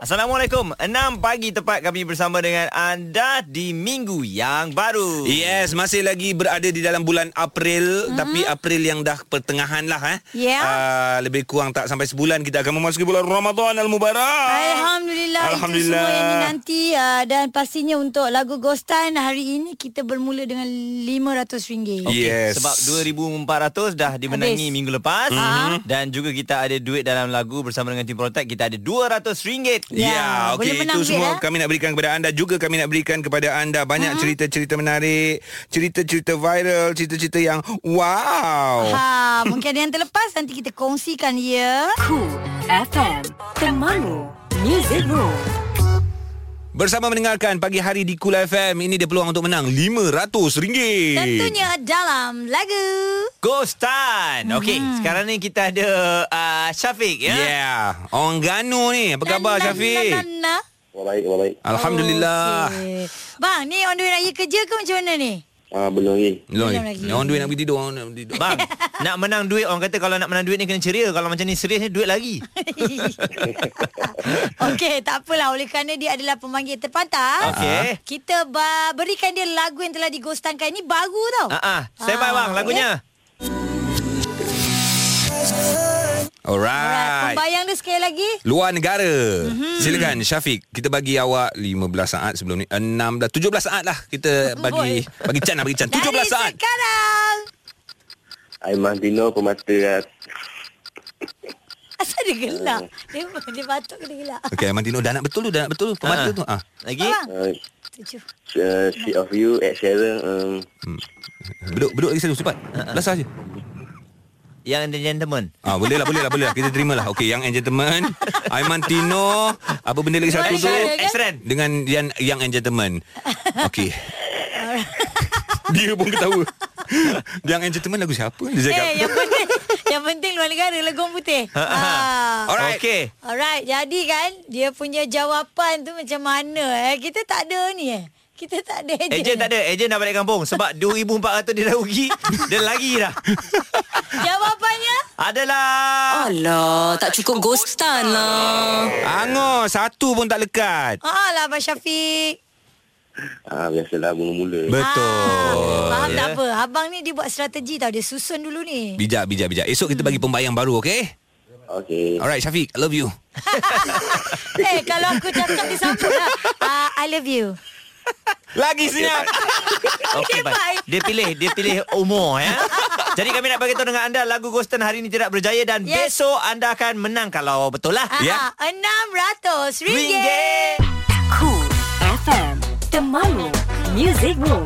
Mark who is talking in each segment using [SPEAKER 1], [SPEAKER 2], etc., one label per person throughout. [SPEAKER 1] Assalamualaikum 6 pagi tepat kami bersama dengan anda di minggu yang baru
[SPEAKER 2] Yes, masih lagi berada di dalam bulan
[SPEAKER 3] Mhm.
[SPEAKER 2] April mm-hmm. Tapi April yang dah pertengahan lah eh.
[SPEAKER 3] Yeah.
[SPEAKER 2] Uh, lebih kurang tak sampai sebulan kita akan memasuki bulan Ramadan Al-Mubarak
[SPEAKER 3] Alhamdulillah,
[SPEAKER 2] Alhamdulillah.
[SPEAKER 3] Itu semua yang dinanti uh, Dan pastinya untuk lagu Ghostan Hari ini kita bermula dengan RM500
[SPEAKER 2] Yeah. Yes.
[SPEAKER 1] Sebab 2,400 dah dimenangi
[SPEAKER 3] Habis.
[SPEAKER 1] minggu lepas mm-hmm. Dan juga kita ada duit dalam lagu bersama dengan Team Protect Kita ada RM200
[SPEAKER 2] Ya,
[SPEAKER 3] Ya,
[SPEAKER 2] yeah, okey
[SPEAKER 3] boleh
[SPEAKER 2] itu
[SPEAKER 3] menang duit,
[SPEAKER 2] semua
[SPEAKER 3] eh? Mhm.
[SPEAKER 2] kami nak berikan kepada anda juga kami nak berikan kepada anda banyak mm-hmm. cerita-cerita menarik, cerita-cerita viral, cerita-cerita yang wow.
[SPEAKER 3] ha, Mungkin ada yang terlepas Nanti kita kongsikan ya
[SPEAKER 4] Cool FM, temanmu, muzikmu.
[SPEAKER 2] Bersama mendengarkan pagi hari di Kul FM ini dia peluang untuk menang RM500.
[SPEAKER 3] Tentunya dalam lagu
[SPEAKER 1] Ghost Time Okey,
[SPEAKER 3] Mm-hmm.
[SPEAKER 1] sekarang ni kita ada uh, Syafiq ya
[SPEAKER 2] Yeah. Orang Ganu ni. Apa khabar
[SPEAKER 3] Na, na,
[SPEAKER 2] Syafiq? Ah.
[SPEAKER 3] na, na, na.
[SPEAKER 5] Wah, baik, wah, baik.
[SPEAKER 2] Alhamdulillah.
[SPEAKER 3] Oh, Okey. Bang ni on the way raya kerja ke macam mana ni?
[SPEAKER 5] Ah, belum lagi.
[SPEAKER 2] Loh,
[SPEAKER 3] Belum lagi.
[SPEAKER 2] orang duit nak pergi tidur, orang nak pergi tidur.
[SPEAKER 1] Bang, nak menang duit Orang kata kalau nak menang duit ni kena ceria Kalau macam ni serius ni duit lagi
[SPEAKER 3] Okey, tak apalah oleh kerana dia adalah pemanggil terpantas. ah,
[SPEAKER 1] Okey.
[SPEAKER 3] Kita ba- berikan dia lagu yang telah digostankan ini baru tau.
[SPEAKER 1] Ah, ah, Saya bye bang lagunya
[SPEAKER 3] Ah. Alright,
[SPEAKER 2] Alright.
[SPEAKER 3] Pembayang dia sekali lagi.
[SPEAKER 2] Luar negara. Mm-hmm. Silakan Syafiq, kita bagi awak 15 saat sebelum ni. 16 17 saat lah kita bagi bagi Chan lah, bagi Chan. 17
[SPEAKER 3] Dari
[SPEAKER 2] saat.
[SPEAKER 3] sekarang.
[SPEAKER 5] I'm Martino, pemata ras.
[SPEAKER 3] Asal dia
[SPEAKER 2] Eh.
[SPEAKER 3] gelak? Dia, dia batuk ke dia gelak?
[SPEAKER 2] Okey, Mantino dah nak betul tu, dah nak betul tu. Pemata
[SPEAKER 1] Ah, ah.
[SPEAKER 2] tu. Ah.
[SPEAKER 1] Lagi
[SPEAKER 3] Bang,
[SPEAKER 5] Uh,
[SPEAKER 3] tujuh.
[SPEAKER 5] uh, Shit of You, Ed Sheeran. Um,
[SPEAKER 2] Beduk beduk lagi satu cepat. Belasah je.
[SPEAKER 1] Yang The Gentleman
[SPEAKER 2] Ah, boleh lah, boleh lah, boleh lah. Kita terima lah. Okey, yang and gentleman, Aiman Tino, apa benda lagi satu tu?
[SPEAKER 3] Boleh, kan?
[SPEAKER 1] X-Ren
[SPEAKER 2] Dengan yang yang and gentleman. Okey. Dia pun ketawa. yang and gentleman lagu siapa? Dia cakap.
[SPEAKER 3] Eh, yang penting, yang penting luar negara legong putih. Ah.
[SPEAKER 2] ha, Alright.
[SPEAKER 1] Ha, Okey
[SPEAKER 3] Alright, jadi kan dia punya jawapan tu macam mana eh? Kita tak ada ni eh. Kita tak ada
[SPEAKER 2] Eh,
[SPEAKER 3] ejen.
[SPEAKER 1] Ejen tak ada Ejen dah balik kampung Sebab 2,400 dia dah rugi Dia lagi dah
[SPEAKER 3] Jawapannya?
[SPEAKER 1] Adalah
[SPEAKER 4] Alah, tak cukup ghostan lah.
[SPEAKER 2] Angor Oh, satu pun tak lekat.
[SPEAKER 3] Ah lah Abang Syafiq.
[SPEAKER 5] ah, biasalah, mula-mula.
[SPEAKER 2] Betul.
[SPEAKER 3] Ah,
[SPEAKER 2] Ya.
[SPEAKER 3] Faham tak apa? Abang ni dia buat strategi tau. Dia susun dulu ni.
[SPEAKER 2] Bijak, bijak, bijak. Esok kita bagi pembayang baru, okey?
[SPEAKER 5] Okay.
[SPEAKER 2] Alright, Syafiq. I love you.
[SPEAKER 3] eh, kalau aku cakap dia sambut lah. Ah, I love you.
[SPEAKER 2] Lagi senyap.
[SPEAKER 1] Okey bye. Dia pilih Dia pilih umur ya Jadi kami nak bagi tahu dengan anda Lagu Ghostan hari ini tidak berjaya Dan
[SPEAKER 3] Yes.
[SPEAKER 1] besok anda akan menang Kalau betul lah
[SPEAKER 3] Ah,
[SPEAKER 2] Ya.
[SPEAKER 3] yeah. RM600.
[SPEAKER 1] Ringgit
[SPEAKER 4] Cool FM, temanmu, muzikmu.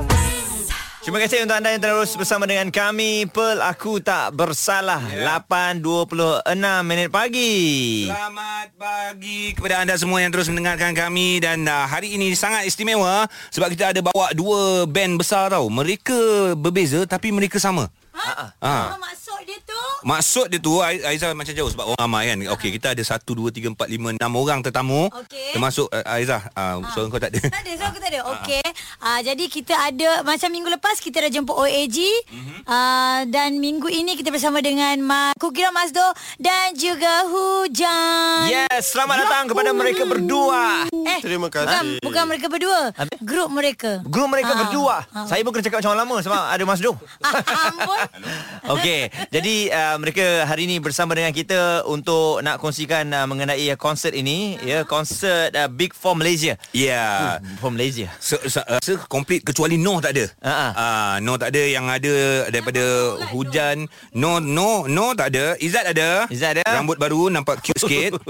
[SPEAKER 1] Terima kasih untuk anda yang terus bersama dengan kami Pelaku Tak Bersalah
[SPEAKER 2] Ya.
[SPEAKER 1] yeah. 8.26 minit pagi
[SPEAKER 2] Selamat pagi kepada anda semua yang terus mendengarkan kami dan uh, hari ini sangat istimewa sebab kita ada bawa dua band besar tau. Mereka berbeza tapi mereka sama.
[SPEAKER 3] Ha?
[SPEAKER 2] Ah.
[SPEAKER 3] Apa maksud dia tu?
[SPEAKER 2] Maksud dia tu Ai- Aizah macam jauh sebab orang ramai kan. Okey, kita ada 1 2 3 4 5 6 orang tetamu
[SPEAKER 3] Okey.
[SPEAKER 2] termasuk uh, Aizah. Uh, suara kau tak ada.
[SPEAKER 3] Tak ada, so aku tak ada. Okey. Ah jadi kita ada macam minggu lepas kita dah jemput OAG.
[SPEAKER 6] Mhm.
[SPEAKER 3] Mm-hmm. Ah dan minggu ini kita bersama dengan Ma Kukira Mazdo dan juga Hujan.
[SPEAKER 1] Yes, selamat datang kepada mereka berdua
[SPEAKER 3] Eh,
[SPEAKER 6] Terima kasih.
[SPEAKER 3] Bukan, bukan mereka berdua.
[SPEAKER 1] Habis?
[SPEAKER 3] Grup mereka.
[SPEAKER 1] Guru mereka
[SPEAKER 3] Ah,
[SPEAKER 1] berdua Saya pun kena cakap macam orang lama Sebab ada Mas Dong
[SPEAKER 3] Ah, ampun.
[SPEAKER 1] Okey, jadi uh, mereka hari ini bersama dengan kita untuk nak kongsikan uh, mengenai uh, konsert ini, ya,
[SPEAKER 3] Ah.
[SPEAKER 1] konsert uh, Big Four Malaysia.
[SPEAKER 2] Yeah.
[SPEAKER 1] For
[SPEAKER 2] Ya.
[SPEAKER 1] Malaysia.
[SPEAKER 2] Se, se, uh, se complete kecuali Noh tak ada.
[SPEAKER 1] Ha, ha.
[SPEAKER 2] Uh, Noh tak ada yang ada daripada hujan. Noh Noh Noh tak ada. Izzat ada.
[SPEAKER 1] Izzat ada.
[SPEAKER 2] Rambut baru nampak cute sikit.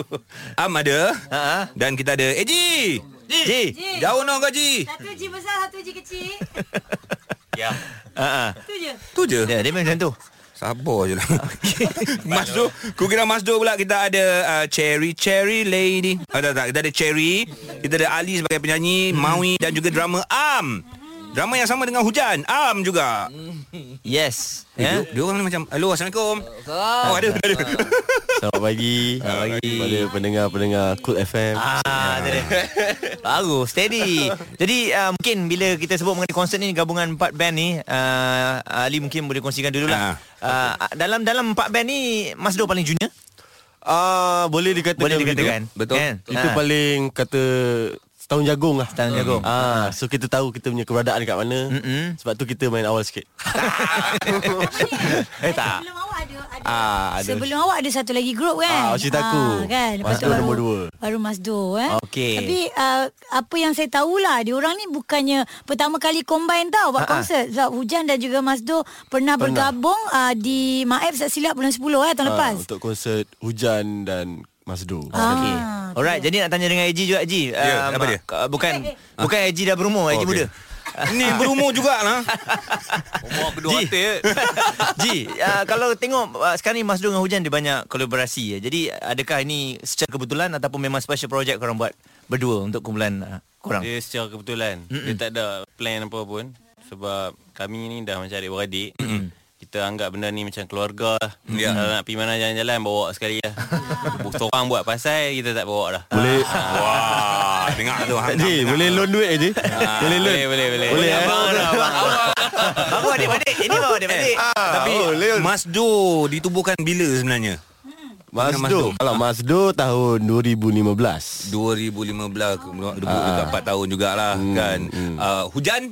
[SPEAKER 2] Am ada.
[SPEAKER 1] Ha, ha.
[SPEAKER 2] Dan kita ada Eji.
[SPEAKER 1] Ji.
[SPEAKER 2] Jauh Noh kau Ji.
[SPEAKER 3] Satu G besar, satu G kecil.
[SPEAKER 2] Ya.
[SPEAKER 1] Ha ah.
[SPEAKER 3] Tu je.
[SPEAKER 2] Tu je.
[SPEAKER 1] Ya, dia memang macam tu.
[SPEAKER 2] Sabar je lah. Mas Do, ku kira Mas Do pula kita ada uh, Cherry, Cherry Lady. Ah, Hmm. Oh, tak, tak, kita ada Cherry, kita ada Ali sebagai penyanyi, Maui dan juga drama Am. Drama yang sama dengan Hujan. Am juga.
[SPEAKER 1] Yes.
[SPEAKER 2] Eh,
[SPEAKER 1] Ya.
[SPEAKER 2] dia, dia orang ni macam, "Hello, Assalamualaikum." Oh, ada, ada. ada.
[SPEAKER 6] Selamat pagi. Selamat pagi. Kepada pendengar-pendengar Cool FM.
[SPEAKER 1] Ah, tu dia. Baru, steady. Jadi uh, mungkin bila kita sebut mengenai konsert ni gabungan empat band ni, uh, Ali mungkin boleh kongsikan dulu lah. Uh,
[SPEAKER 2] Ah.
[SPEAKER 1] dalam dalam empat band ni Mas Do paling junior?
[SPEAKER 6] Ah, boleh dikatakan
[SPEAKER 1] Boleh
[SPEAKER 6] begitu.
[SPEAKER 1] dikatakan.
[SPEAKER 2] Betul.
[SPEAKER 1] Kan?
[SPEAKER 6] Itu
[SPEAKER 1] Ah.
[SPEAKER 6] paling kata setahun jagung lah.
[SPEAKER 1] Setahun jagung.
[SPEAKER 6] Ah, so kita tahu kita punya keberadaan kat mana.
[SPEAKER 1] Mm-mm.
[SPEAKER 6] Sebab tu kita main awal sikit. Ah,
[SPEAKER 1] Eh, tak.
[SPEAKER 3] Sebelum awak ada, ada.
[SPEAKER 6] Ah, ada.
[SPEAKER 3] Sebelum awak ada satu lagi grup
[SPEAKER 6] Ah,
[SPEAKER 3] kan?
[SPEAKER 6] awak cerita aku.
[SPEAKER 3] kan? Lepas
[SPEAKER 6] Mas
[SPEAKER 3] tu
[SPEAKER 6] Do
[SPEAKER 3] baru,
[SPEAKER 6] nombor dua.
[SPEAKER 3] Baru Mas Do eh.
[SPEAKER 1] Okey.
[SPEAKER 3] Tapi uh, apa yang saya tahulah, diorang ni bukannya pertama kali combine tau buat konsert. Sebab Hujan dan juga Mas Do pernah, bergabung uh, di Maef tak silap bulan 10 eh tahun lepas.
[SPEAKER 6] untuk konsert Hujan dan Mas Do.
[SPEAKER 3] Ah,
[SPEAKER 1] Okey. Alright, jadi nak tanya dengan Eji juga Eji.
[SPEAKER 2] Ya,
[SPEAKER 1] Um,
[SPEAKER 2] apa dia? Oh,
[SPEAKER 1] k- Bukan
[SPEAKER 3] Eh,
[SPEAKER 1] bukan Eji dah berumur, Eji
[SPEAKER 2] okey.
[SPEAKER 1] muda.
[SPEAKER 2] Ni berumur juga lah.
[SPEAKER 1] Umur kedua hati. Ji, uh, kalau tengok uh, sekarang ni Mas Do dengan Hujan dia banyak kolaborasi. Ya. Jadi adakah ini secara kebetulan ataupun memang special project korang buat berdua untuk kumpulan uh, korang?
[SPEAKER 6] Eh.
[SPEAKER 7] Dia secara kebetulan Mm-mm. Dia tak ada plan apa pun Sebab kami ni dah macam adik-beradik Kita anggap benda ni macam keluarga lah yeah. Kalau nak pergi mana jalan-jalan Bawa sekali lah Seorang buat pasal Kita tak bawa dah
[SPEAKER 6] Boleh
[SPEAKER 2] Wah, dengar tu. Hang,
[SPEAKER 6] Ji,
[SPEAKER 2] dengar.
[SPEAKER 6] boleh loan duit je
[SPEAKER 7] Ah,
[SPEAKER 6] Boleh loan
[SPEAKER 7] Boleh boleh boleh,
[SPEAKER 6] Boleh, eh?
[SPEAKER 7] Abang dah, abang, abang.
[SPEAKER 1] Baru adik-adik. Ini baru adik-adik.
[SPEAKER 2] Tapi Mas Do ditubuhkan bila sebenarnya?
[SPEAKER 6] Mas
[SPEAKER 2] Mas Do.
[SPEAKER 6] Do Kalau Mas Do tahun 2015
[SPEAKER 2] 2015 ke- dua- dua- dekat 4 tahun jugalah Ah. hmm, kan. Hmm. Uh, hujan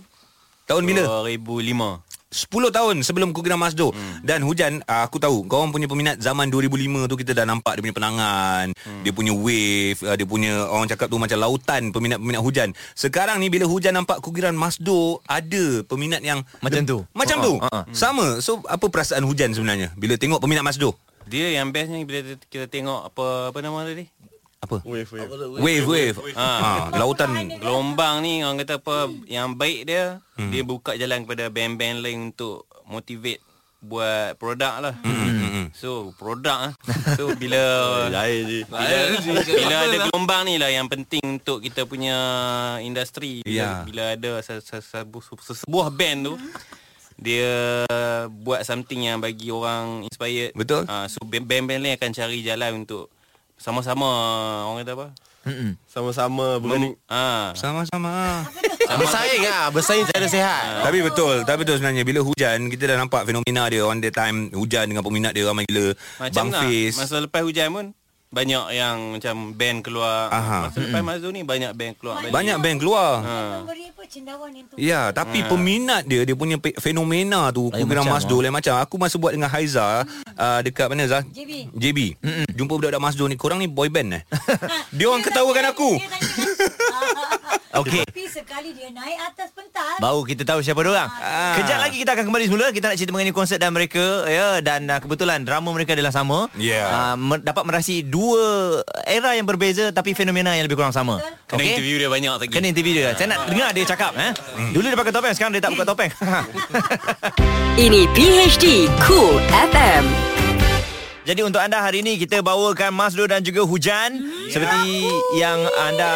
[SPEAKER 2] tahun bila?
[SPEAKER 7] 2005
[SPEAKER 2] 10 tahun sebelum Kugira Masdo hmm. dan hujan ah, aku tahu kau orang punya peminat zaman 2005 tu kita dah nampak dia punya penangan hmm. dia punya wave ah, dia punya orang cakap tu macam lautan peminat-peminat hujan sekarang ni bila hujan nampak Kugiran Masdo ada peminat yang
[SPEAKER 1] Macam tu.
[SPEAKER 2] macam
[SPEAKER 1] Ha,
[SPEAKER 2] tu
[SPEAKER 1] ha, ha.
[SPEAKER 2] sama so apa perasaan hujan sebenarnya bila tengok peminat Masdo
[SPEAKER 7] Dia yang bestnya Bila kita- kita tengok Apa apa nama tadi
[SPEAKER 2] apa wave wave wave, Ah, lautan
[SPEAKER 7] Gelombang ni Orang kata apa Yang baik dia Dia buka jalan kepada Band-band lain Untuk motivate Buat produk lah So produk lah So bila
[SPEAKER 6] Lain je
[SPEAKER 7] Bila, bila ada gelombang ni lah yang penting untuk kita punya industri.
[SPEAKER 2] Ya.
[SPEAKER 7] Bila, bila ada se- se- sebu- sesebuah band tu dia buat something yang bagi orang inspired.
[SPEAKER 2] Betul.
[SPEAKER 7] Ah, so band- band-band lain akan cari jalan untuk sama-sama orang kata apa?
[SPEAKER 6] Sama-sama berani
[SPEAKER 7] Ah.
[SPEAKER 2] sama-sama
[SPEAKER 1] Eh,
[SPEAKER 6] Bersaing lah Bersaing secara sehat
[SPEAKER 2] Tapi betul Tapi betul sebenarnya Bila hujan Kita dah nampak fenomena dia On the time Hujan dengan peminat dia Ramai gila
[SPEAKER 7] Macam
[SPEAKER 2] Bang
[SPEAKER 7] lah
[SPEAKER 2] Fiz
[SPEAKER 7] Masa lepas hujan pun Banyak yang macam band keluar
[SPEAKER 2] Aha.
[SPEAKER 7] Masa lepas Mazu ni Banyak band keluar balik.
[SPEAKER 2] Banyak band keluar ha.
[SPEAKER 3] Memberi apa cendawan yang tu.
[SPEAKER 2] Ya Tapi
[SPEAKER 7] Ha.
[SPEAKER 2] peminat dia Dia punya pe- fenomena tu
[SPEAKER 1] Lain
[SPEAKER 2] Kugira
[SPEAKER 1] macam, ha.
[SPEAKER 2] Masdo Lain macam Aku masa buat dengan Haiza
[SPEAKER 3] Hmm.
[SPEAKER 2] uh, Dekat mana Zah?
[SPEAKER 3] JB.
[SPEAKER 2] JB Mm-mm. Jumpa budak-budak Masdo ni Korang ni boy band eh Dia
[SPEAKER 3] Dia
[SPEAKER 2] orang ketawakan
[SPEAKER 3] tanya-
[SPEAKER 2] aku
[SPEAKER 3] dia tanya-
[SPEAKER 1] Okey.
[SPEAKER 3] ah. Tapi sekali dia naik atas pentas.
[SPEAKER 1] Baru kita tahu siapa dorang. Ah. Kejap lagi kita akan kembali semula. Kita nak cerita mengenai konsert dan mereka. Ya, dan uh, kebetulan drama mereka adalah sama.
[SPEAKER 2] Yeah.
[SPEAKER 1] Ah, mer- dapat merasi dua era yang berbeza tapi fenomena yang lebih kurang sama.
[SPEAKER 7] Kena okay. interview dia banyak lagi Hmm.
[SPEAKER 1] Kena interview dia. Saya nak dengar dia cakap. Eh? Dulu dia pakai topeng, sekarang dia tak buka topeng.
[SPEAKER 4] Ini PHD Cool FM.
[SPEAKER 1] Jadi untuk anda hari ini kita bawakan Masdo dan juga Hujan
[SPEAKER 3] Hmm.
[SPEAKER 1] yeah. seperti yang anda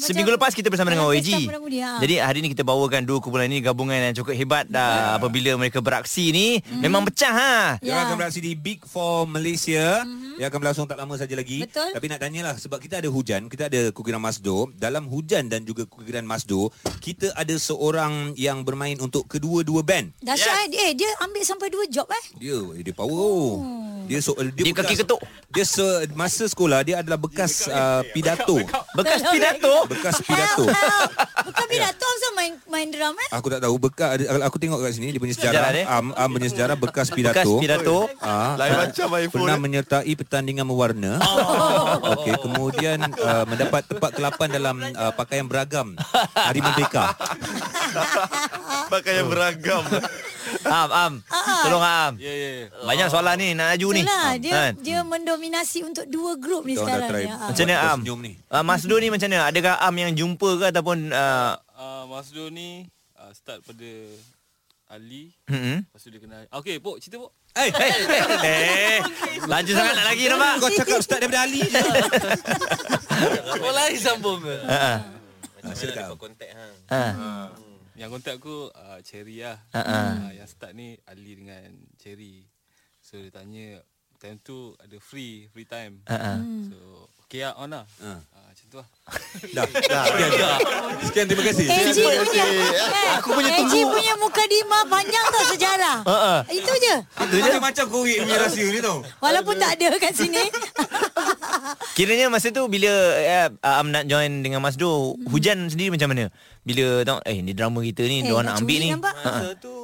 [SPEAKER 1] Seminggu lepas kita bersama dengan
[SPEAKER 3] Dalam
[SPEAKER 1] OAG.
[SPEAKER 3] pesta Perang Budi, ha.
[SPEAKER 1] Jadi hari ini kita bawakan dua kumpulan ini gabungan yang cukup hebat dah apabila mereka beraksi ni
[SPEAKER 3] Hmm.
[SPEAKER 1] memang pecah ha.
[SPEAKER 2] Dia
[SPEAKER 3] Ya. Mhm.
[SPEAKER 2] akan beraksi di Big Four Malaysia. Mm-hmm. Dia akan berlangsung tak lama saja lagi.
[SPEAKER 3] Betul.
[SPEAKER 2] Tapi nak tanyalah sebab kita ada hujan, kita ada Kukiran Masdo. Dalam hujan dan juga Kukiran Masdo, kita ada seorang yang bermain untuk kedua-dua band.
[SPEAKER 3] Dahsyat yes. eh. Dia ambil sampai dua job eh.
[SPEAKER 2] Dia dia power. Oh. Dia so, dia,
[SPEAKER 1] Dia kaki ketuk.
[SPEAKER 2] Dia se, masa sekolah dia adalah bekas uh, pidato.
[SPEAKER 1] Bekas pidato.
[SPEAKER 2] Bekas pidato.
[SPEAKER 3] Help, help. Bukan pidato pasal main main drum eh.
[SPEAKER 2] Aku tak tahu bekas aku tengok kat sini dia punya sejarah.
[SPEAKER 1] Sejarah dia?
[SPEAKER 2] Am, am punya sejarah bekas
[SPEAKER 1] Bekas
[SPEAKER 2] pidato.
[SPEAKER 1] pidato.
[SPEAKER 2] Ah,
[SPEAKER 6] Lain
[SPEAKER 2] ah,
[SPEAKER 6] macam iPhone,
[SPEAKER 2] Pernah
[SPEAKER 6] eh.
[SPEAKER 2] menyertai pertandingan mewarna. Oh. Okey, kemudian uh, mendapat tempat kelapan dalam uh, pakaian beragam Hari Merdeka.
[SPEAKER 6] Pakai yang beragam
[SPEAKER 1] Am am.
[SPEAKER 3] Ah,
[SPEAKER 1] Tolong am.
[SPEAKER 7] Ya ya ya
[SPEAKER 1] Banyak soalan ni nak laju ni.
[SPEAKER 3] Itulah lah, dia
[SPEAKER 1] Kan?
[SPEAKER 3] dia mendominasi untuk dua grup ni
[SPEAKER 2] Kita orang dah
[SPEAKER 3] sekarang
[SPEAKER 2] try
[SPEAKER 3] ni. Ha.
[SPEAKER 2] buat
[SPEAKER 1] Macam mana
[SPEAKER 2] kau
[SPEAKER 1] am?
[SPEAKER 2] senyum ni.
[SPEAKER 1] Ah, Mas Do ni macam mana? Adakah am yang jumpa ke ataupun uh,
[SPEAKER 8] Ah,
[SPEAKER 7] uh, Masdo ni uh, start pada Ali
[SPEAKER 1] Mm-mm.
[SPEAKER 7] Lepas tu dia kenal Okay Pok cerita Pok
[SPEAKER 2] Eh,
[SPEAKER 1] Eh, eh, laju sangat nak lagi nampak.
[SPEAKER 2] kau cakap start daripada Ali je.
[SPEAKER 7] Kau lain sambung ke
[SPEAKER 1] Ha.
[SPEAKER 7] Macam mana
[SPEAKER 2] silakan.
[SPEAKER 7] dapat kontak hang?
[SPEAKER 1] Ha.
[SPEAKER 8] Hmm. Yang kontak aku uh, Cherry lah
[SPEAKER 1] Ha, ha.
[SPEAKER 8] uh, Yang start ni Ali dengan Cherry So dia tanya Time tu ada free Free time
[SPEAKER 1] Ha, ha.
[SPEAKER 8] So Okay lah on lah uh.
[SPEAKER 2] Ha.
[SPEAKER 8] Uh, Macam tu lah
[SPEAKER 2] Dah. Dah. Sekian, Sekian terima kasih.
[SPEAKER 3] AG punya eh,
[SPEAKER 1] Aku punya
[SPEAKER 3] AG
[SPEAKER 1] tunggu.
[SPEAKER 3] punya muka dima panjang tau sejarah.
[SPEAKER 1] Ha.
[SPEAKER 3] Itu je.
[SPEAKER 2] Macam-macam korek punya rahsia ni tau.
[SPEAKER 3] Walaupun tak ada kat sini.
[SPEAKER 1] Kiranya masa tu bila uh, Amnat join dengan Mas Do,
[SPEAKER 3] Hmm.
[SPEAKER 1] hujan sendiri macam mana? Bila tengok eh ni drama kita ni, eh,
[SPEAKER 3] Eh,
[SPEAKER 1] dia
[SPEAKER 3] nak
[SPEAKER 1] nak ambil
[SPEAKER 3] curi
[SPEAKER 1] ni.
[SPEAKER 3] nampak?
[SPEAKER 1] Ha.
[SPEAKER 7] Masa tu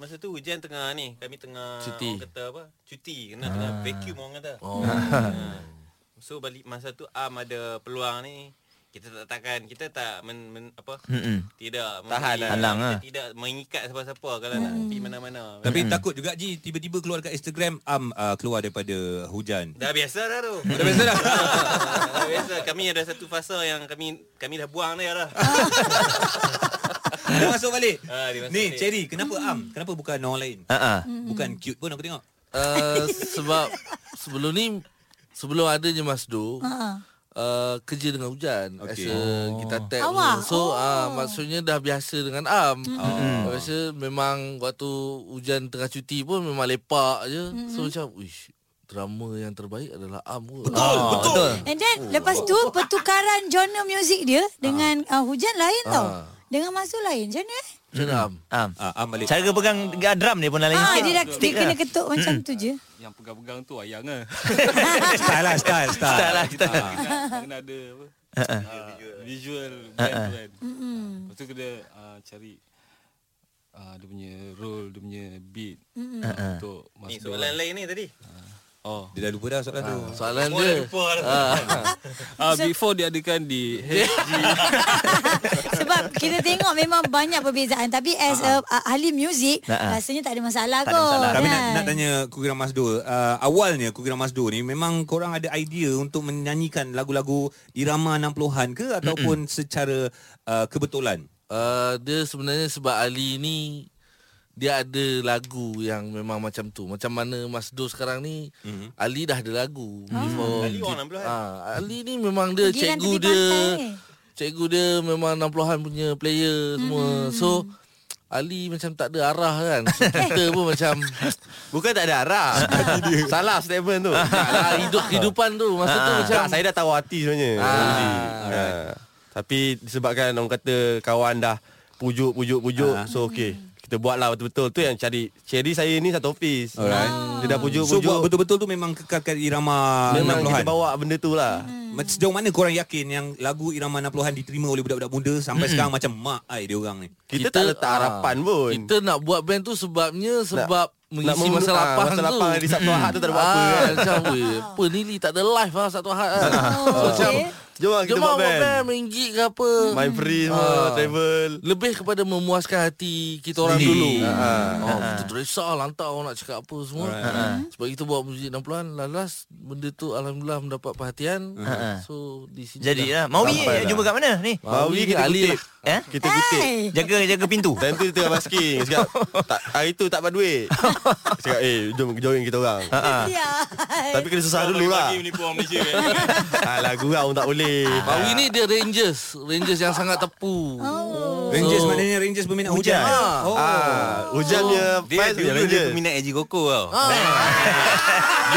[SPEAKER 7] Masa tu hujan tengah ni Kami tengah
[SPEAKER 8] Cuti.
[SPEAKER 7] Orang kata apa Cuti Kena tengah vacuum orang kata oh. So balik masa tu Am ada peluang ni kita tak takkan kita tak men, men apa
[SPEAKER 1] Mm-mm.
[SPEAKER 7] tidak
[SPEAKER 1] Tahan
[SPEAKER 7] memberi-
[SPEAKER 1] lah. Halang
[SPEAKER 7] kita
[SPEAKER 1] lah.
[SPEAKER 7] tidak mengikat siapa-siapa kalau nak pergi mana-mana
[SPEAKER 2] Tapi takut juga Ji tiba-tiba keluar dekat Instagram am uh, keluar daripada hujan.
[SPEAKER 7] dah biasa dah tu
[SPEAKER 2] Dah biasa dah.
[SPEAKER 7] dah biasa kami ada satu fasa yang kami kami dah buang dia dah
[SPEAKER 2] Dia masuk balik.
[SPEAKER 7] Ah, dia masuk
[SPEAKER 2] Ni
[SPEAKER 7] balik.
[SPEAKER 2] Cherry, kenapa am? Kenapa bukan orang lain?
[SPEAKER 1] Ha. ha.
[SPEAKER 2] Bukan cute pun aku tengok.
[SPEAKER 6] Uh, sebab sebelum ni sebelum adanya Mas Do,
[SPEAKER 3] Ha.
[SPEAKER 6] uh, kerja dengan hujan okay. as
[SPEAKER 2] Okey.
[SPEAKER 6] a guitar tech.
[SPEAKER 3] Awak?
[SPEAKER 6] So
[SPEAKER 3] Oh. Hmm.
[SPEAKER 6] uh, maksudnya dah biasa dengan am. Mm. Biasa memang waktu hujan tengah cuti pun memang lepak je. Mm.
[SPEAKER 3] Hmm.
[SPEAKER 6] So macam uish drama yang terbaik adalah am kot. Betul,
[SPEAKER 1] Ah, betul.
[SPEAKER 3] And then lepas tu
[SPEAKER 1] Oh.
[SPEAKER 3] pertukaran genre muzik dia dengan uh, hujan lain tau.
[SPEAKER 6] Ah.
[SPEAKER 3] Dengan Mas Tu lain. Macam mana eh?
[SPEAKER 6] Macam mana am?
[SPEAKER 1] Ha.
[SPEAKER 2] Ah, am balik.
[SPEAKER 1] Cara pegang uh, drum dia pun lain
[SPEAKER 3] Ah,
[SPEAKER 1] stick.
[SPEAKER 3] dia, dah, dia
[SPEAKER 1] Stick
[SPEAKER 3] kena
[SPEAKER 1] lah.
[SPEAKER 3] ketuk macam tu je.
[SPEAKER 8] Yang pegang-pegang tu ayang lah
[SPEAKER 2] style lah, style, style.
[SPEAKER 1] Style lah, style.
[SPEAKER 2] Ah.
[SPEAKER 8] Kena kena ada apa ah, Visual Brand tu kan Lepas tu kena ah, cari ah, Dia punya role Dia punya beat ah, Untuk
[SPEAKER 7] ni
[SPEAKER 8] masuk
[SPEAKER 7] soalan lain ni tadi
[SPEAKER 8] Oh
[SPEAKER 2] Dia dah lupa dah soalan tu.
[SPEAKER 6] Soalan
[SPEAKER 7] Oh,
[SPEAKER 6] dia.
[SPEAKER 7] dah lupa dah.
[SPEAKER 8] Ah, before diadakan di
[SPEAKER 3] Sebab kita tengok memang banyak perbezaan. Tapi as a, a ahli muzik,
[SPEAKER 1] Ah, ah.
[SPEAKER 3] rasanya tak ada masalah
[SPEAKER 1] Tak
[SPEAKER 3] tak
[SPEAKER 1] ada
[SPEAKER 3] kot.
[SPEAKER 1] masalah.
[SPEAKER 2] Kami nak,
[SPEAKER 3] kan?
[SPEAKER 2] nak tanya Kugira Masdo uh, Awalnya Kugira Masdo ni Memang korang ada idea Untuk menyanyikan lagu-lagu Irama 60-an ke Ataupun Mm-mm. secara uh, kebetulan
[SPEAKER 6] Uh, dia sebenarnya sebab Ali ni dia ada lagu yang memang macam tu. Macam mana Mas Do sekarang ni
[SPEAKER 9] Mhm.
[SPEAKER 6] mm-hmm. Ali dah ada lagu.
[SPEAKER 3] Ah.
[SPEAKER 6] Before
[SPEAKER 7] Ali orang 60-an.
[SPEAKER 6] Ah, Ali ni memang dia
[SPEAKER 3] Pergi
[SPEAKER 6] cikgu
[SPEAKER 3] tepi
[SPEAKER 6] dia.
[SPEAKER 3] pantai.
[SPEAKER 6] Cikgu dia memang 60-an punya player
[SPEAKER 3] Hmm.
[SPEAKER 6] semua. Mm-hmm. So Ali macam tak ada arah kan. So, kita pun macam
[SPEAKER 9] Bukan tak ada arah Salah statement tu
[SPEAKER 6] ah, hidup kehidupan tu masa tu macam
[SPEAKER 9] Ah. Tak, saya dah tahu hati sebenarnya
[SPEAKER 6] Ah,
[SPEAKER 9] ah. Tapi disebabkan orang kata kawan dah Pujuk, pujuk, pujuk ah. So okay Kita buat lah betul-betul Tu yang cari Cherry saya ni satu office
[SPEAKER 2] Alright.
[SPEAKER 9] Dia dah pujuk,
[SPEAKER 2] So buat
[SPEAKER 9] pujuk
[SPEAKER 2] betul-betul tu Memang kekalkan Irama
[SPEAKER 9] Memang
[SPEAKER 2] 60-an
[SPEAKER 9] kita bawa benda tu lah hmm.
[SPEAKER 2] Mac- Sejauh mana korang yakin Yang lagu Irama 60-an Diterima oleh budak-budak muda Sampai mm-hmm. sekarang macam Mak ai dia orang ni
[SPEAKER 9] Kita, tak letak
[SPEAKER 6] ah,
[SPEAKER 9] harapan pun
[SPEAKER 6] Kita nak buat band tu sebabnya sebab
[SPEAKER 9] Nak
[SPEAKER 6] mengisi
[SPEAKER 9] mem-
[SPEAKER 6] masa
[SPEAKER 9] ah,
[SPEAKER 6] lapang
[SPEAKER 9] Masa
[SPEAKER 6] tu.
[SPEAKER 9] lapang hari Sabtu Ahad tu tak ada apa-apa
[SPEAKER 6] ah,
[SPEAKER 9] kan Ah,
[SPEAKER 6] Macam weh, apa ni Lee tak ada live lah Satu Ahad kan
[SPEAKER 3] Oh, okay.
[SPEAKER 9] Jom lah, kita
[SPEAKER 6] Jom
[SPEAKER 9] buat
[SPEAKER 6] lah buat band
[SPEAKER 9] band
[SPEAKER 6] Main gig ke apa
[SPEAKER 9] Main free semua
[SPEAKER 6] Ah.
[SPEAKER 9] Travel Ah,
[SPEAKER 6] Lebih kepada memuaskan hati Kita orang dulu oh, Kita tak risau Lantar orang nak cakap apa semua Ah, Sebab kita buat muzik 60-an Lalas Benda tu Alhamdulillah mendapat perhatian So di sini
[SPEAKER 1] Jadi lah. Mawi
[SPEAKER 9] Sampai lah.
[SPEAKER 1] jumpa kat mana ni?
[SPEAKER 9] Ah, Bawi kita
[SPEAKER 6] Ali
[SPEAKER 9] kutip
[SPEAKER 6] lah.
[SPEAKER 1] Eh?
[SPEAKER 9] Kita kutip
[SPEAKER 3] Hey.
[SPEAKER 1] Jaga jaga pintu.
[SPEAKER 9] Time tu dia tengah basking Cakap tak, Hari tu tak ada duit Cakap eh jom join kita orang
[SPEAKER 1] Ha.
[SPEAKER 3] Ya.
[SPEAKER 9] Ha, Tapi kena susah dulu lah Ah.
[SPEAKER 7] Bagi menipu orang Malaysia kan
[SPEAKER 9] Alah gurau lah, tak boleh
[SPEAKER 6] Mawi ni dia Rangers Rangers yang sangat tepu
[SPEAKER 2] Rangers
[SPEAKER 6] So-
[SPEAKER 2] maknanya Rangers peminat hujan,
[SPEAKER 6] Ah.
[SPEAKER 2] Oh.
[SPEAKER 9] Ah, hujannya
[SPEAKER 7] Dia
[SPEAKER 9] Faiz
[SPEAKER 7] dulu
[SPEAKER 9] hujannya.
[SPEAKER 7] dia peminat Eji Goko tau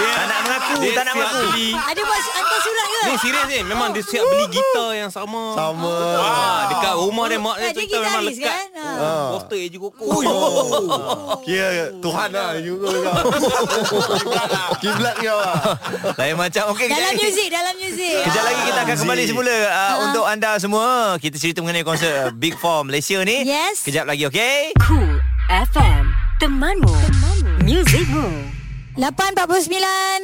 [SPEAKER 1] Tak nak mengaku,
[SPEAKER 7] Dia
[SPEAKER 1] tak nak
[SPEAKER 7] siap
[SPEAKER 1] mengaku.
[SPEAKER 7] beli
[SPEAKER 3] Ada buat su- hantar surat ke?
[SPEAKER 7] Ni serius ni Memang dia siap beli gitar yang sama
[SPEAKER 9] Sama
[SPEAKER 7] Wah, dekat rumah dia mak dia
[SPEAKER 3] Kat
[SPEAKER 7] cerita
[SPEAKER 3] Jiggy
[SPEAKER 7] memang
[SPEAKER 3] Daris
[SPEAKER 7] lekat. Oh.
[SPEAKER 3] kan? Ha.
[SPEAKER 9] Ah.
[SPEAKER 7] Poster Eji Goko.
[SPEAKER 9] Kira Tuhan lah juga kau. Kiblat kau lah
[SPEAKER 1] Lain macam. Okey, kejap
[SPEAKER 3] Dalam
[SPEAKER 1] lagi.
[SPEAKER 3] muzik, dalam muzik.
[SPEAKER 1] Kejap lagi kita akan kembali semula uh,
[SPEAKER 3] Ah.
[SPEAKER 1] untuk anda semua. Kita cerita mengenai konsert uh, Big Four Malaysia ni.
[SPEAKER 3] Yes.
[SPEAKER 1] Kejap lagi, okey?
[SPEAKER 4] Cool FM Temanmu Temanmu Musicmu
[SPEAKER 3] 8.49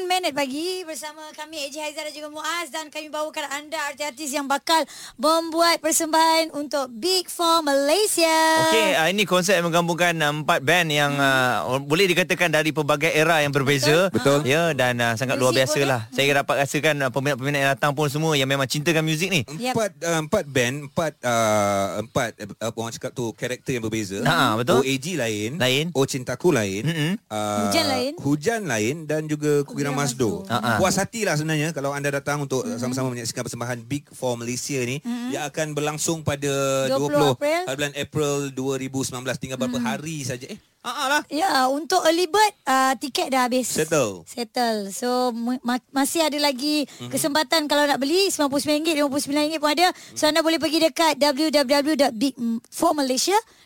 [SPEAKER 3] minit pagi bersama kami AJ Haizah dan juga Muaz dan kami bawakan anda artis-artis yang bakal membuat persembahan untuk Big Four Malaysia.
[SPEAKER 1] Okey, uh, ini konsep yang menggabungkan uh, empat band yang uh, or- boleh dikatakan dari pelbagai era yang berbeza. Betul. Ya, dan uh, sangat luar
[SPEAKER 3] Muzik
[SPEAKER 1] biasa
[SPEAKER 3] pun,
[SPEAKER 1] lah. Saya dapat rasakan uh, peminat-peminat yang datang pun semua yang memang cintakan muzik ni.
[SPEAKER 3] Yep.
[SPEAKER 2] Empat uh, empat band, empat uh, empat uh, orang cakap tu karakter yang berbeza.
[SPEAKER 1] Ha, betul.
[SPEAKER 2] OAG lain,
[SPEAKER 1] Lain.
[SPEAKER 2] Oh Cintaku lain.
[SPEAKER 1] Mm-mm.
[SPEAKER 2] Uh,
[SPEAKER 3] Hujan lain.
[SPEAKER 2] Hujan Kumpulan lain dan juga Kugiran Masdo.
[SPEAKER 1] Ha-ha.
[SPEAKER 2] Puas hatilah sebenarnya kalau anda datang untuk
[SPEAKER 3] Mm-hmm.
[SPEAKER 2] sama-sama menyaksikan persembahan Big Four Malaysia ni yang akan berlangsung pada 20,
[SPEAKER 3] 20 Mm-hmm. April. Mm-hmm.
[SPEAKER 2] bulan April 2019 tinggal berapa hari saja. Eh, ha lah.
[SPEAKER 3] Ya, untuk early bird uh, tiket dah habis.
[SPEAKER 2] Settle. Mhm.
[SPEAKER 3] Settle. So ma- ma- masih ada lagi kesempatan kalau nak beli RM99, RM59 pun ada.
[SPEAKER 2] Mhm.
[SPEAKER 3] So anda boleh pergi dekat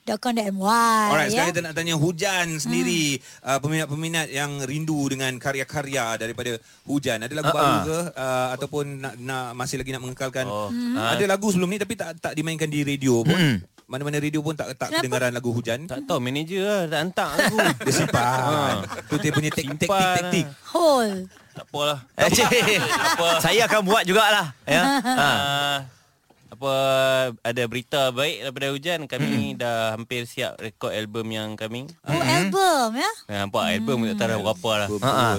[SPEAKER 3] www.big4malaysia.com.my.
[SPEAKER 2] Alright, sekarang kita nak tanya Hujan sendiri uh, peminat-peminat yang rindu dengan karya-karya daripada Hujan. Ada lagu
[SPEAKER 1] Ha-ha.
[SPEAKER 2] baru ke uh, ataupun nak, nak masih lagi nak mengekalkan?
[SPEAKER 7] Oh. Hmm.
[SPEAKER 2] Ada lagu sebelum ni tapi tak tak dimainkan di radio pun. Mana-mana radio pun tak tak
[SPEAKER 3] Kenapa?
[SPEAKER 2] kedengaran lagu Hujan.
[SPEAKER 7] Tak tahu manager lah tak hantar aku.
[SPEAKER 2] Dia simpan. Tu dia punya taktik
[SPEAKER 7] Simpan, lah.
[SPEAKER 2] taktik taktik.
[SPEAKER 3] Hole.
[SPEAKER 7] tak apalah.
[SPEAKER 1] Eh, Cik, Saya akan buat jugalah ya.
[SPEAKER 7] Ha. Apa ada berita baik daripada hujan
[SPEAKER 9] Hmm.
[SPEAKER 7] kami dah hampir siap rekod album yang kami.
[SPEAKER 3] Oh,
[SPEAKER 2] Mhm.
[SPEAKER 3] album ya.
[SPEAKER 7] Ya, nampak album
[SPEAKER 9] Hmm.
[SPEAKER 7] tak tahu dah berapa lah.
[SPEAKER 2] Ha.
[SPEAKER 7] Ah,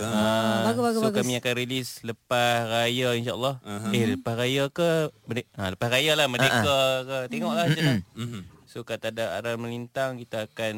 [SPEAKER 3] bagus, bagus,
[SPEAKER 7] so
[SPEAKER 3] bagus.
[SPEAKER 7] kami akan release lepas raya insyaallah.
[SPEAKER 2] Aha.
[SPEAKER 7] Uh-huh. Eh lepas raya ke merdeka, ha, lepas raya lah merdeka
[SPEAKER 3] Ah,
[SPEAKER 7] uh-huh. ke tengoklah macam mana. So kata ada arah melintang kita akan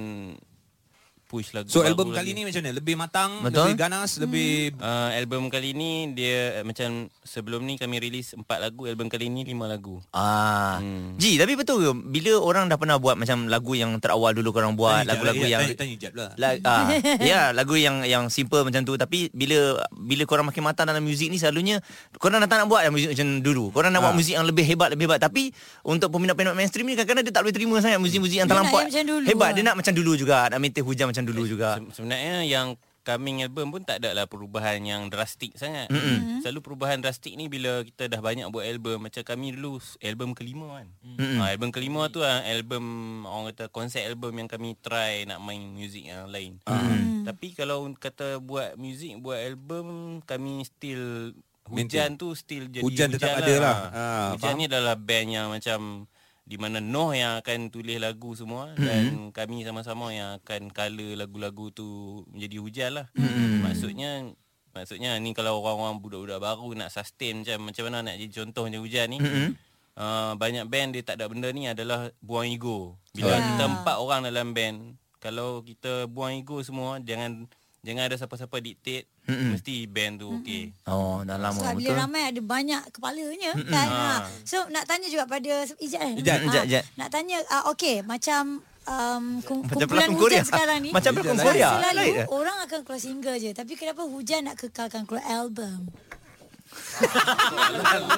[SPEAKER 7] push lagu
[SPEAKER 2] So
[SPEAKER 7] baru
[SPEAKER 2] album
[SPEAKER 7] lagi.
[SPEAKER 2] kali ni macam mana? Lebih matang,
[SPEAKER 1] Betul.
[SPEAKER 2] lebih ganas, lebih
[SPEAKER 7] Uh, album kali ni dia eh, macam sebelum ni kami release 4 lagu, album kali ni 5 lagu.
[SPEAKER 1] Ah.
[SPEAKER 7] Hmm.
[SPEAKER 1] Ji, tapi betul ke bila orang dah pernah buat macam lagu yang terawal dulu korang buat,
[SPEAKER 7] Ah,
[SPEAKER 2] Tanya Jap
[SPEAKER 1] lagu-lagu
[SPEAKER 2] lah,
[SPEAKER 1] yang
[SPEAKER 2] tanya, tanya jap lah.
[SPEAKER 1] La, ah, ya, lagu yang yang simple macam tu tapi bila bila korang makin matang dalam muzik ni selalunya korang dah tak nak buat yang muzik macam dulu. Korang nak buat
[SPEAKER 3] Ah.
[SPEAKER 1] muzik yang lebih hebat lebih hebat tapi untuk peminat-peminat mainstream ni kadang-kadang dia tak boleh terima sangat muzik-muzik yang
[SPEAKER 3] Dia nak
[SPEAKER 1] terlampau
[SPEAKER 3] yang macam dulu
[SPEAKER 1] hebat. Dia
[SPEAKER 3] lah. Eh,
[SPEAKER 1] nak macam dulu juga, nak minta hujan macam dulu juga.
[SPEAKER 7] Se- sebenarnya yang coming album pun tak ada lah perubahan yang drastik sangat. Mm-hmm. Selalu perubahan drastik ni bila kita dah banyak buat album. Macam kami dulu s- album kelima kan. Mm-hmm. Ha, album kelima tu lah album orang kata konsep album yang kami try nak main muzik yang lain. Mm-hmm. Tapi kalau kata buat muzik, buat album kami still hujan tu still jadi
[SPEAKER 2] Hujan tetap ada lah. Ah,
[SPEAKER 7] hujan ni adalah band yang macam di mana Noh yang akan tulis lagu semua mm-hmm. dan kami sama-sama yang akan color lagu-lagu tu menjadi hujan lah. Mm-hmm. Maksudnya maksudnya ni kalau orang-orang budak-budak baru nak sustain macam macam mana nak jadi contoh macam hujan ni. Mm-hmm. Uh, banyak band dia tak ada benda ni adalah buang ego. Bila kita empat orang dalam band, kalau kita buang ego semua jangan jangan ada siapa-siapa dictate mm-hmm. mesti band tu okey.
[SPEAKER 10] Mm-hmm.
[SPEAKER 1] Oh, dah lama
[SPEAKER 3] Sebab bila
[SPEAKER 1] betul. Ah.
[SPEAKER 3] ramai ada banyak kepalanya kan. Ha. So nak tanya juga pada Ijat kan.
[SPEAKER 1] Ijat, Ijat, Ijat.
[SPEAKER 3] Nak tanya uh, okey macam um, kum,
[SPEAKER 1] Macam
[SPEAKER 3] kumpulan
[SPEAKER 1] pelakon
[SPEAKER 3] hujan
[SPEAKER 1] Korea.
[SPEAKER 3] sekarang ni.
[SPEAKER 1] Macam pelakon
[SPEAKER 3] Sebab
[SPEAKER 1] Korea.
[SPEAKER 3] Selalu
[SPEAKER 1] Lain eh?
[SPEAKER 3] orang akan keluar single je. Tapi kenapa hujan nak kekalkan keluar album?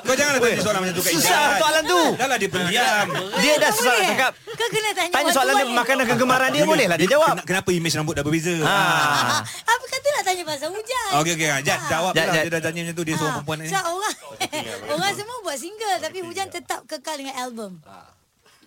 [SPEAKER 2] Kau janganlah tanya soalan macam tu kat
[SPEAKER 1] Susah
[SPEAKER 2] Ijaz.
[SPEAKER 1] soalan tu.
[SPEAKER 2] Dah lah dia pendiam.
[SPEAKER 1] Dia dah
[SPEAKER 3] Kau
[SPEAKER 1] susah nak
[SPEAKER 3] boleh,
[SPEAKER 1] cakap.
[SPEAKER 3] eh? Kau kena tanya.
[SPEAKER 1] Tanya soalan dia
[SPEAKER 3] wartawan
[SPEAKER 1] makanan kegemaran dia boleh lah dia jawab.
[SPEAKER 2] Kena- Kenapa imej rambut dah berbeza?
[SPEAKER 1] Ah.
[SPEAKER 3] Ah, Apa kata nak tanya pasal hujan?
[SPEAKER 1] Oh,
[SPEAKER 2] Okey okey, jap jawab
[SPEAKER 1] Jap,
[SPEAKER 2] lah
[SPEAKER 1] jap.
[SPEAKER 2] dia dah tanya macam tu dia seorang
[SPEAKER 3] Ah,
[SPEAKER 2] perempuan ni.
[SPEAKER 3] Sebab orang Orang semua buat single Tapi hujan tetap kekal dengan album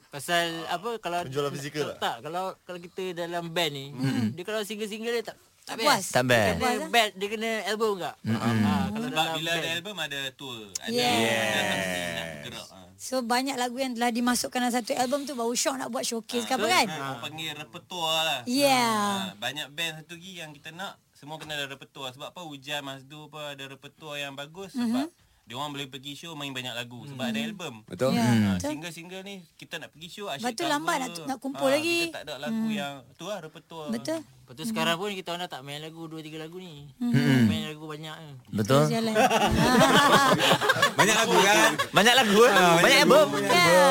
[SPEAKER 10] Pasal apa kalau
[SPEAKER 6] Ah. Penjualan fizikal
[SPEAKER 10] tak, tak kalau kalau kita dalam band ni, mm-hmm. dia kalau single-single dia tak tak
[SPEAKER 3] Tak puas.
[SPEAKER 10] best.
[SPEAKER 3] ah?
[SPEAKER 1] Tak best.
[SPEAKER 10] Dia kena band, dia kena album enggak? Mm-hmm. Ha, kalau
[SPEAKER 7] Sebab
[SPEAKER 10] dalam
[SPEAKER 7] bila
[SPEAKER 10] band.
[SPEAKER 7] ada album ada tour, ada
[SPEAKER 3] Yeah.
[SPEAKER 7] ada mesti nak bergerak. ah.
[SPEAKER 3] So banyak lagu yang telah dimasukkan dalam satu album tu Baru Syok nak buat showcase ke apa kan
[SPEAKER 7] Ha, orang panggil repertoire lah.
[SPEAKER 3] Yeah
[SPEAKER 7] Ha, banyak band satu lagi yang kita nak semua kena ada repertoire sebab apa Hujan Mazdu pun ada repertoire yang bagus sebab
[SPEAKER 3] Mhm.
[SPEAKER 7] mm-hmm. dia orang boleh pergi show main banyak lagu sebab ada album.
[SPEAKER 2] Betul?
[SPEAKER 3] Ya,
[SPEAKER 7] Ha,
[SPEAKER 3] betul.
[SPEAKER 7] single-single ni kita nak pergi show asyik Ah,
[SPEAKER 3] Lepas tu lambat nak- nak kumpul lagi.
[SPEAKER 7] Kita tak ada lagu hmm. yang tu lah repertoire.
[SPEAKER 3] Betul
[SPEAKER 10] Lepas tu sekarang pun kita orang dah tak main lagu 2 3 lagu ni. Mm-hmm. Main lagu banyak ke.
[SPEAKER 1] Betul.
[SPEAKER 3] Terus jalan
[SPEAKER 2] Banyak lagu kan?
[SPEAKER 1] Banyak lagu
[SPEAKER 3] Ah,
[SPEAKER 1] eh? Banyak album.
[SPEAKER 3] Ya.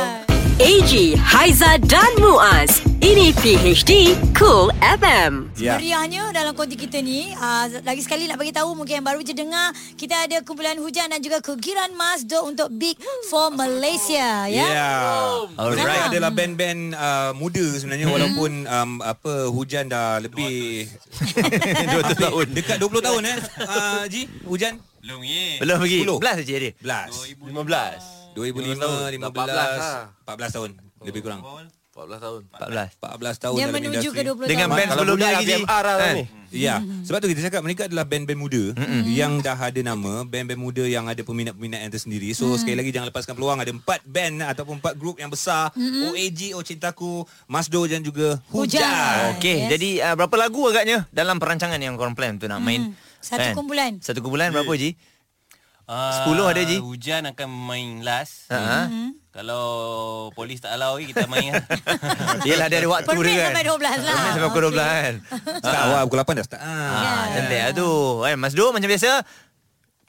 [SPEAKER 4] AG, Haiza dan Muaz. Ini PHD Cool FM.
[SPEAKER 2] Ya.
[SPEAKER 3] Meriahnya dalam konti kita ni uh, Lagi sekali nak bagi tahu Mungkin yang baru je dengar Kita ada kumpulan hujan Dan juga kegiran Mazdo Untuk Big for Malaysia
[SPEAKER 2] Ya.
[SPEAKER 3] Ya
[SPEAKER 2] Mereka
[SPEAKER 1] Alright. Hmm.
[SPEAKER 2] adalah band-band uh, muda sebenarnya walaupun um, apa hujan dah lebih 200 tahun. Dekat 20 tahun eh. Uh, Ji, hujan
[SPEAKER 7] Belum ye.
[SPEAKER 1] Belum lagi.
[SPEAKER 2] 10.
[SPEAKER 1] 11 je dia.
[SPEAKER 2] 11.
[SPEAKER 6] 15
[SPEAKER 2] 2005, 15,
[SPEAKER 1] ha.
[SPEAKER 2] 14 tahun lebih kurang.
[SPEAKER 6] 14 tahun
[SPEAKER 1] 14.
[SPEAKER 2] 14 tahun
[SPEAKER 3] Dia
[SPEAKER 2] dalam
[SPEAKER 3] menuju
[SPEAKER 2] industri.
[SPEAKER 3] ke 20
[SPEAKER 1] Dengan
[SPEAKER 3] tahun
[SPEAKER 1] band
[SPEAKER 6] Kalau
[SPEAKER 1] sebelum ni
[SPEAKER 6] budak
[SPEAKER 1] lagi Ji.
[SPEAKER 6] ABR lah
[SPEAKER 1] Kan?
[SPEAKER 6] ni.
[SPEAKER 2] Ya, sebab tu kita cakap mereka adalah band-band muda mm yang dah ada nama, band-band muda yang ada peminat-peminat yang tersendiri. So sekali lagi jangan lepaskan peluang ada empat band ataupun empat grup yang besar, OAG, Oh Cintaku, Masdo dan juga Hujan.
[SPEAKER 3] Hujan.
[SPEAKER 1] Okey,
[SPEAKER 3] Yes.
[SPEAKER 1] yes. jadi uh, berapa lagu agaknya dalam perancangan yang korang plan tu nak main? Kan?
[SPEAKER 3] Satu kumpulan.
[SPEAKER 1] Satu kumpulan berapa Ji?
[SPEAKER 7] Ah,
[SPEAKER 1] 10 ada, Ji?
[SPEAKER 7] Hujan akan main last.
[SPEAKER 9] Ah.
[SPEAKER 1] Ha.
[SPEAKER 7] Kalau polis tak allow lagi kita main. lah.
[SPEAKER 1] Yelah dia ada waktu
[SPEAKER 3] Permit
[SPEAKER 1] dia kan.
[SPEAKER 3] sampai 12 lah.
[SPEAKER 1] Permit sampai pukul 12 kan.
[SPEAKER 2] Start awal pukul 8 dah start.
[SPEAKER 1] Ah, cantik lah tu. Eh, Mas Do macam biasa.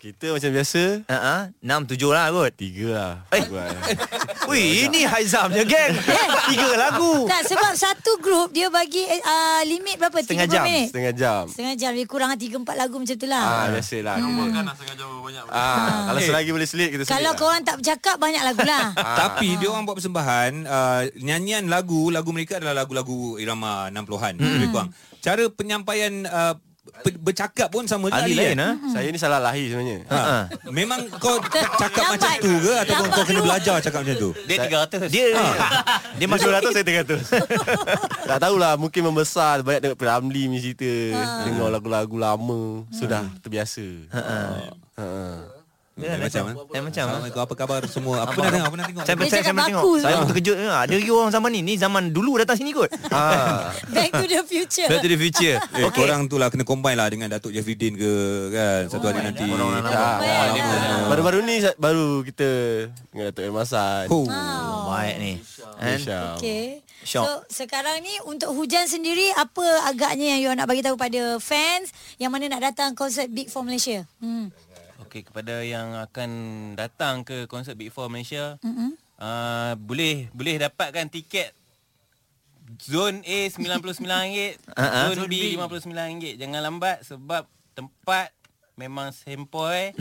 [SPEAKER 9] Kita macam biasa
[SPEAKER 1] Ha ah, 6 7 lah kot.
[SPEAKER 9] Tiga lah
[SPEAKER 1] Eh. Wih, ini Haizam je geng. Tiga lagu.
[SPEAKER 3] Tak sebab satu grup dia bagi eh, uh, limit berapa?
[SPEAKER 1] Setengah
[SPEAKER 3] 30
[SPEAKER 1] jam,
[SPEAKER 3] Minit.
[SPEAKER 9] Setengah jam
[SPEAKER 3] Setengah jam lebih kurang 3 4 lagu macam tu lah.
[SPEAKER 9] Ah, biasalah. Hmm.
[SPEAKER 8] Kan nak sengaja banyak.
[SPEAKER 9] Ah, kalau selagi boleh selit kita selit.
[SPEAKER 3] Kalau
[SPEAKER 9] lah.
[SPEAKER 3] korang tak bercakap banyak lagu lah.
[SPEAKER 2] Tapi dia orang buat persembahan uh, nyanyian lagu lagu mereka adalah lagu-lagu irama 60-an lebih kurang. Cara penyampaian uh, pe- bercakap pun sama sekali.
[SPEAKER 1] Ali lain
[SPEAKER 2] kan?
[SPEAKER 1] ah.
[SPEAKER 9] Saya ni salah lahir sebenarnya.
[SPEAKER 2] Ha. Memang kau cakap
[SPEAKER 3] Lambat.
[SPEAKER 2] macam tu ke ataupun
[SPEAKER 3] Lambat
[SPEAKER 2] kau kena
[SPEAKER 3] keluar.
[SPEAKER 2] belajar cakap macam tu?
[SPEAKER 7] Dia 300.
[SPEAKER 1] Dia ha. dia masuk
[SPEAKER 9] Masuk 200 saya 300 Tak tahulah Mungkin membesar Banyak tengok Pira Ramli punya cerita Dengar lagu-lagu lama Sudah terbiasa Ha.
[SPEAKER 1] Ya,
[SPEAKER 2] macam,
[SPEAKER 1] macam.
[SPEAKER 2] eh?
[SPEAKER 1] Eh, macam. ah.
[SPEAKER 2] Assalamualaikum apa khabar semua? Apa pernah dengar? Apa pernah tengok?
[SPEAKER 1] Saya
[SPEAKER 3] Dia
[SPEAKER 1] percaya saya
[SPEAKER 3] cakap
[SPEAKER 1] pernah tengok.
[SPEAKER 3] baku
[SPEAKER 1] Saya
[SPEAKER 3] je.
[SPEAKER 1] pun terkejut. Ha, ada lagi orang zaman ni. Ni zaman dulu datang sini kot. Ha.
[SPEAKER 3] Back to the future.
[SPEAKER 1] Back to the future.
[SPEAKER 2] Eh, okay. korang tu lah kena combine lah dengan Datuk Jeffrey Dean ke kan satu hari nanti. Orang
[SPEAKER 9] Ah,
[SPEAKER 3] Combine
[SPEAKER 1] Ha.
[SPEAKER 9] ah,
[SPEAKER 3] lah.
[SPEAKER 9] Baru-baru ni sa- Baru kita Dengan Datuk Ilman San
[SPEAKER 2] Oh.
[SPEAKER 3] Oh.
[SPEAKER 1] Baik ni. Kan?
[SPEAKER 9] Insya Allah.
[SPEAKER 3] Okay.
[SPEAKER 1] Syok.
[SPEAKER 3] So sekarang ni untuk hujan sendiri apa agaknya yang you all nak bagi tahu pada fans yang mana nak datang konsert Big Four Malaysia? Hmm.
[SPEAKER 7] Okey kepada yang akan datang ke konsert Big Four Malaysia, mm-hmm. uh, boleh boleh dapatkan tiket Zon A RM99,
[SPEAKER 1] Ah, ah.
[SPEAKER 7] Zon B RM59. Jangan lambat sebab tempat memang sempoi.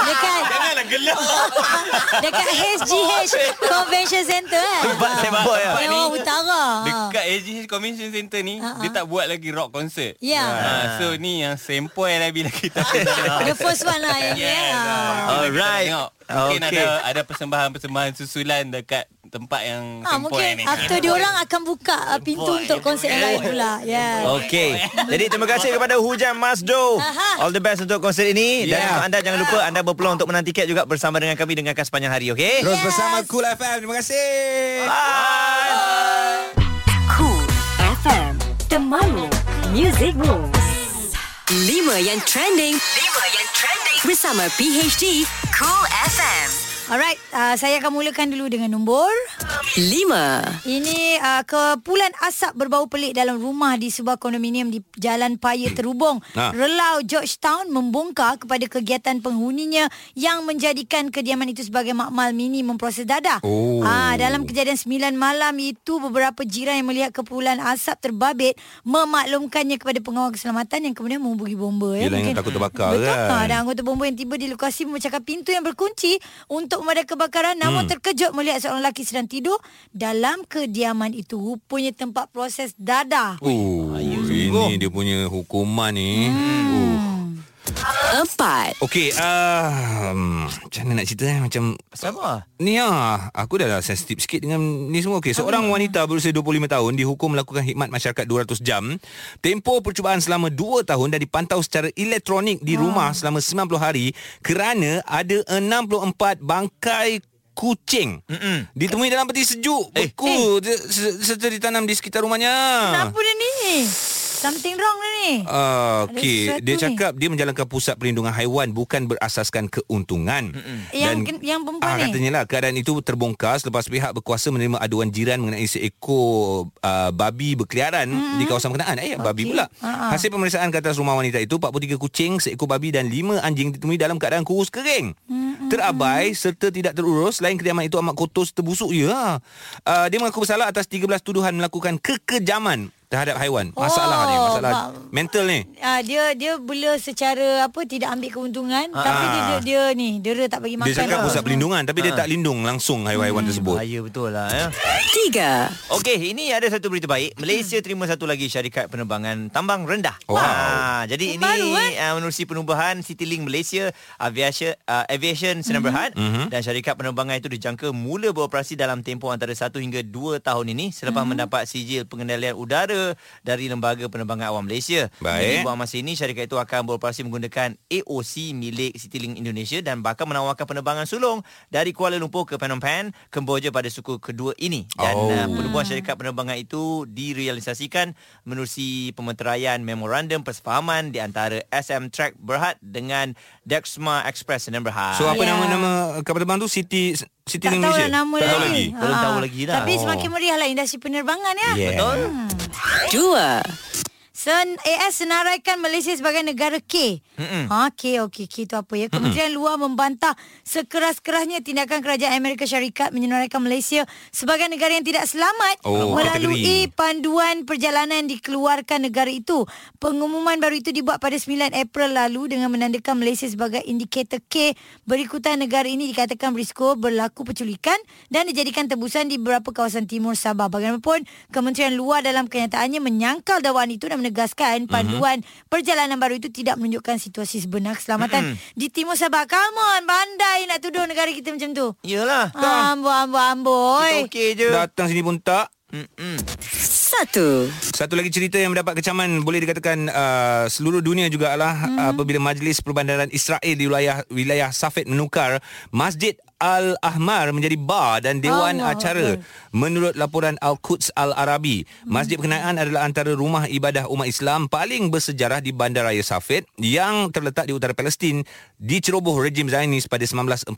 [SPEAKER 3] Dekat Janganlah gelap. Dekat HGH Convention Center eh.
[SPEAKER 1] Tempat sembok ya.
[SPEAKER 7] Tempat ni.
[SPEAKER 3] Dewan Utara.
[SPEAKER 7] Dekat AGH Convention Center ni,
[SPEAKER 3] Ah, ah.
[SPEAKER 7] dia tak buat lagi rock concert.
[SPEAKER 3] Ya.
[SPEAKER 7] Ah, so ni yang sempoi lah bila kita.
[SPEAKER 3] The first one lah yang ni. eh.
[SPEAKER 7] Yes.
[SPEAKER 3] Ah.
[SPEAKER 1] Alright.
[SPEAKER 7] Tengok. Mungkin
[SPEAKER 1] Okay.
[SPEAKER 7] okay. ada ada persembahan-persembahan susulan dekat tempat yang
[SPEAKER 3] Ah,
[SPEAKER 7] sempoi
[SPEAKER 3] mungkin
[SPEAKER 7] ni.
[SPEAKER 3] after diorang akan buka ah, pintu untuk konsert yang lain pula. Ya.
[SPEAKER 1] Okey. Jadi terima kasih kepada Hujan Masdo.
[SPEAKER 3] Aha.
[SPEAKER 1] All the best untuk konsert ini dan
[SPEAKER 2] Yeah.
[SPEAKER 1] untuk anda jangan lupa anda berpeluang untuk menang tiket juga bersama dengan kami dengarkan sepanjang hari, okey?
[SPEAKER 2] Terus bersama Cool FM. Terima kasih.
[SPEAKER 4] Cool FM The Mamu Music Rules 5 yang trending 5 yang trending Bersama PHD Cool FM
[SPEAKER 3] Alright, ah, saya akan mulakan dulu dengan nombor
[SPEAKER 4] 5
[SPEAKER 3] Ini uh, kepulan asap berbau pelik dalam rumah di sebuah kondominium di Jalan Paya Terubong,
[SPEAKER 2] Ha.
[SPEAKER 3] Relau, Georgetown membongkar kepada kegiatan penghuninya yang menjadikan kediaman itu sebagai makmal mini memproses dadah.
[SPEAKER 2] Oh.
[SPEAKER 3] Ah, dalam kejadian 9 malam itu beberapa jiran yang melihat kepulan asap terbabit memaklumkannya kepada pengawal keselamatan yang kemudian menghubungi bomba ya.
[SPEAKER 2] Yelah,
[SPEAKER 3] Mungkin-
[SPEAKER 2] ingat takut terbakar
[SPEAKER 3] Betul
[SPEAKER 2] kan?
[SPEAKER 3] ah, Dan anggota bomba yang tiba di lokasi memecahkan pintu yang berkunci untuk memadam kebakaran namun hmm. terkejut melihat seorang lelaki sedang tidur dalam kediaman itu rupanya tempat proses dadah.
[SPEAKER 2] Oh, ini dia punya hukuman ni. Oh.
[SPEAKER 4] 4
[SPEAKER 2] Okey, ah, um, macam mana nak cerita eh? Macam
[SPEAKER 1] Sama.
[SPEAKER 2] Ni ah, aku dah lah sensitif sikit dengan ni semua. Okey, seorang
[SPEAKER 3] Ah.
[SPEAKER 2] wanita berusia 25 tahun dihukum melakukan khidmat masyarakat 200 jam, tempoh percubaan selama 2 tahun dan dipantau secara elektronik
[SPEAKER 3] Ah.
[SPEAKER 2] di rumah selama 90 hari kerana ada 64 bangkai kucing Mm-mm. ditemui dalam peti sejuk beku eh. serta ditanam di sekitar rumahnya.
[SPEAKER 3] Kenapa dia ni? Something wrong dia ni.
[SPEAKER 2] Ah,
[SPEAKER 3] Ada
[SPEAKER 2] Okey,
[SPEAKER 3] sesuatu
[SPEAKER 2] dia
[SPEAKER 3] ni.
[SPEAKER 2] cakap dia menjalankan pusat perlindungan haiwan bukan berasaskan keuntungan.
[SPEAKER 3] Yang ken- yang perempuan
[SPEAKER 2] ah,
[SPEAKER 3] ni?
[SPEAKER 2] Katanya lah keadaan itu terbongkar selepas pihak berkuasa menerima aduan jiran mengenai seekor uh, babi berkeliaran di kawasan berkenaan. Eh, babi pula.
[SPEAKER 3] Ah, ah.
[SPEAKER 2] Hasil pemeriksaan ke atas rumah wanita itu 43 kucing, seekor babi dan 5 anjing ditemui dalam keadaan kurus kering. Terabai serta tidak terurus selain kediaman itu amat kotor serta busuk ya. Uh, dia mengaku bersalah atas 13 tuduhan melakukan kekejaman terhadap haiwan. Masalah ni,
[SPEAKER 3] Oh,
[SPEAKER 2] masalah
[SPEAKER 3] ba-
[SPEAKER 2] mental ni.
[SPEAKER 3] Ah, dia dia bela secara apa tidak ambil keuntungan tapi dia, dia dia ni dera tak bagi
[SPEAKER 2] Ah,
[SPEAKER 3] makan.
[SPEAKER 2] Dia cakap
[SPEAKER 3] apa Ah.
[SPEAKER 2] pusat
[SPEAKER 3] semua.
[SPEAKER 2] perlindungan tapi dia tak lindung langsung haiwan-haiwan tersebut.
[SPEAKER 1] Bahaya betul lah ya.
[SPEAKER 4] 3
[SPEAKER 1] Okey, ini ada satu berita baik. Malaysia terima satu lagi syarikat penerbangan tambang rendah.
[SPEAKER 2] Wow.
[SPEAKER 1] Ah, jadi ini
[SPEAKER 3] Baru, eh?
[SPEAKER 1] uh, menerusi penubuhan CityLink Malaysia Aviation uh, Aviation Sdn Berhad
[SPEAKER 2] Mhm,
[SPEAKER 1] dan syarikat penerbangan itu
[SPEAKER 3] Mhm.
[SPEAKER 1] dijangka mula beroperasi dalam tempoh antara 1 hingga 2 tahun ini selepas mendapat sijil pengendalian udara Malaysia dari Lembaga Penerbangan Awam Malaysia.
[SPEAKER 2] Baik.
[SPEAKER 1] Jadi buat masa ini syarikat itu akan beroperasi menggunakan AOC milik Citilink Indonesia dan bakal menawarkan penerbangan sulung dari Kuala Lumpur ke Phnom Penh, Kemboja pada suku kedua ini. Dan
[SPEAKER 2] Oh.
[SPEAKER 1] oh. uh, penubuhan syarikat penerbangan itu direalisasikan menerusi pemeteraian memorandum persefahaman di antara SM Track Berhad dengan Dexma Express Sdn Berhad.
[SPEAKER 2] So apa
[SPEAKER 3] Ya.
[SPEAKER 2] nama-nama kapal terbang tu City City
[SPEAKER 3] Tak tahu
[SPEAKER 2] Malaysia?
[SPEAKER 3] lah nama
[SPEAKER 2] tak tahu
[SPEAKER 3] lagi.
[SPEAKER 2] lagi. Oh.
[SPEAKER 1] Belum
[SPEAKER 3] Ha.
[SPEAKER 1] tahu lagi dah.
[SPEAKER 3] Tapi semakin meriah lah industri penerbangan ya.
[SPEAKER 2] Yeah.
[SPEAKER 1] Betul?
[SPEAKER 4] Dua.
[SPEAKER 3] Sen AS senaraikan Malaysia sebagai negara K. Mm-mm. Ha K okey K itu apa ya? Kementerian Luar membantah sekeras-kerasnya tindakan kerajaan Amerika Syarikat menyenaraikan Malaysia sebagai negara yang tidak selamat
[SPEAKER 2] Oh,
[SPEAKER 3] melalui
[SPEAKER 2] kategori.
[SPEAKER 3] panduan perjalanan dikeluarkan negara itu. Pengumuman baru itu dibuat pada 9 April lalu dengan menandakan Malaysia sebagai indikator K berikutan negara ini dikatakan berisiko berlaku penculikan dan dijadikan tebusan di beberapa kawasan timur Sabah. Bagaimanapun, Kementerian Luar dalam kenyataannya menyangkal dakwaan itu dan
[SPEAKER 1] Mhm.
[SPEAKER 3] menegaskan panduan perjalanan baru itu tidak menunjukkan situasi
[SPEAKER 1] Mhm.
[SPEAKER 3] sebenar keselamatan di timur Sabah. Come on, bandai nak tuduh negara kita macam tu.
[SPEAKER 1] Yelah.
[SPEAKER 3] Amboi, amboi, amboi.
[SPEAKER 1] Kita okey je.
[SPEAKER 2] Datang sini pun tak.
[SPEAKER 4] Satu.
[SPEAKER 2] Satu lagi cerita yang mendapat kecaman boleh dikatakan uh, seluruh dunia juga adalah mm-hmm. apabila Majlis Perbandaran Israel di wilayah wilayah Safed menukar Masjid Al-Ahmar menjadi bar dan dewan
[SPEAKER 3] Allah
[SPEAKER 2] Allah acara. Menurut laporan Al-Quds Al-Arabi,
[SPEAKER 3] Mm-hmm.
[SPEAKER 2] masjid berkenaan adalah antara rumah ibadah umat Islam paling bersejarah di Bandaraya Safed yang terletak di utara Palestin diceroboh rejim Zionis pada 1948.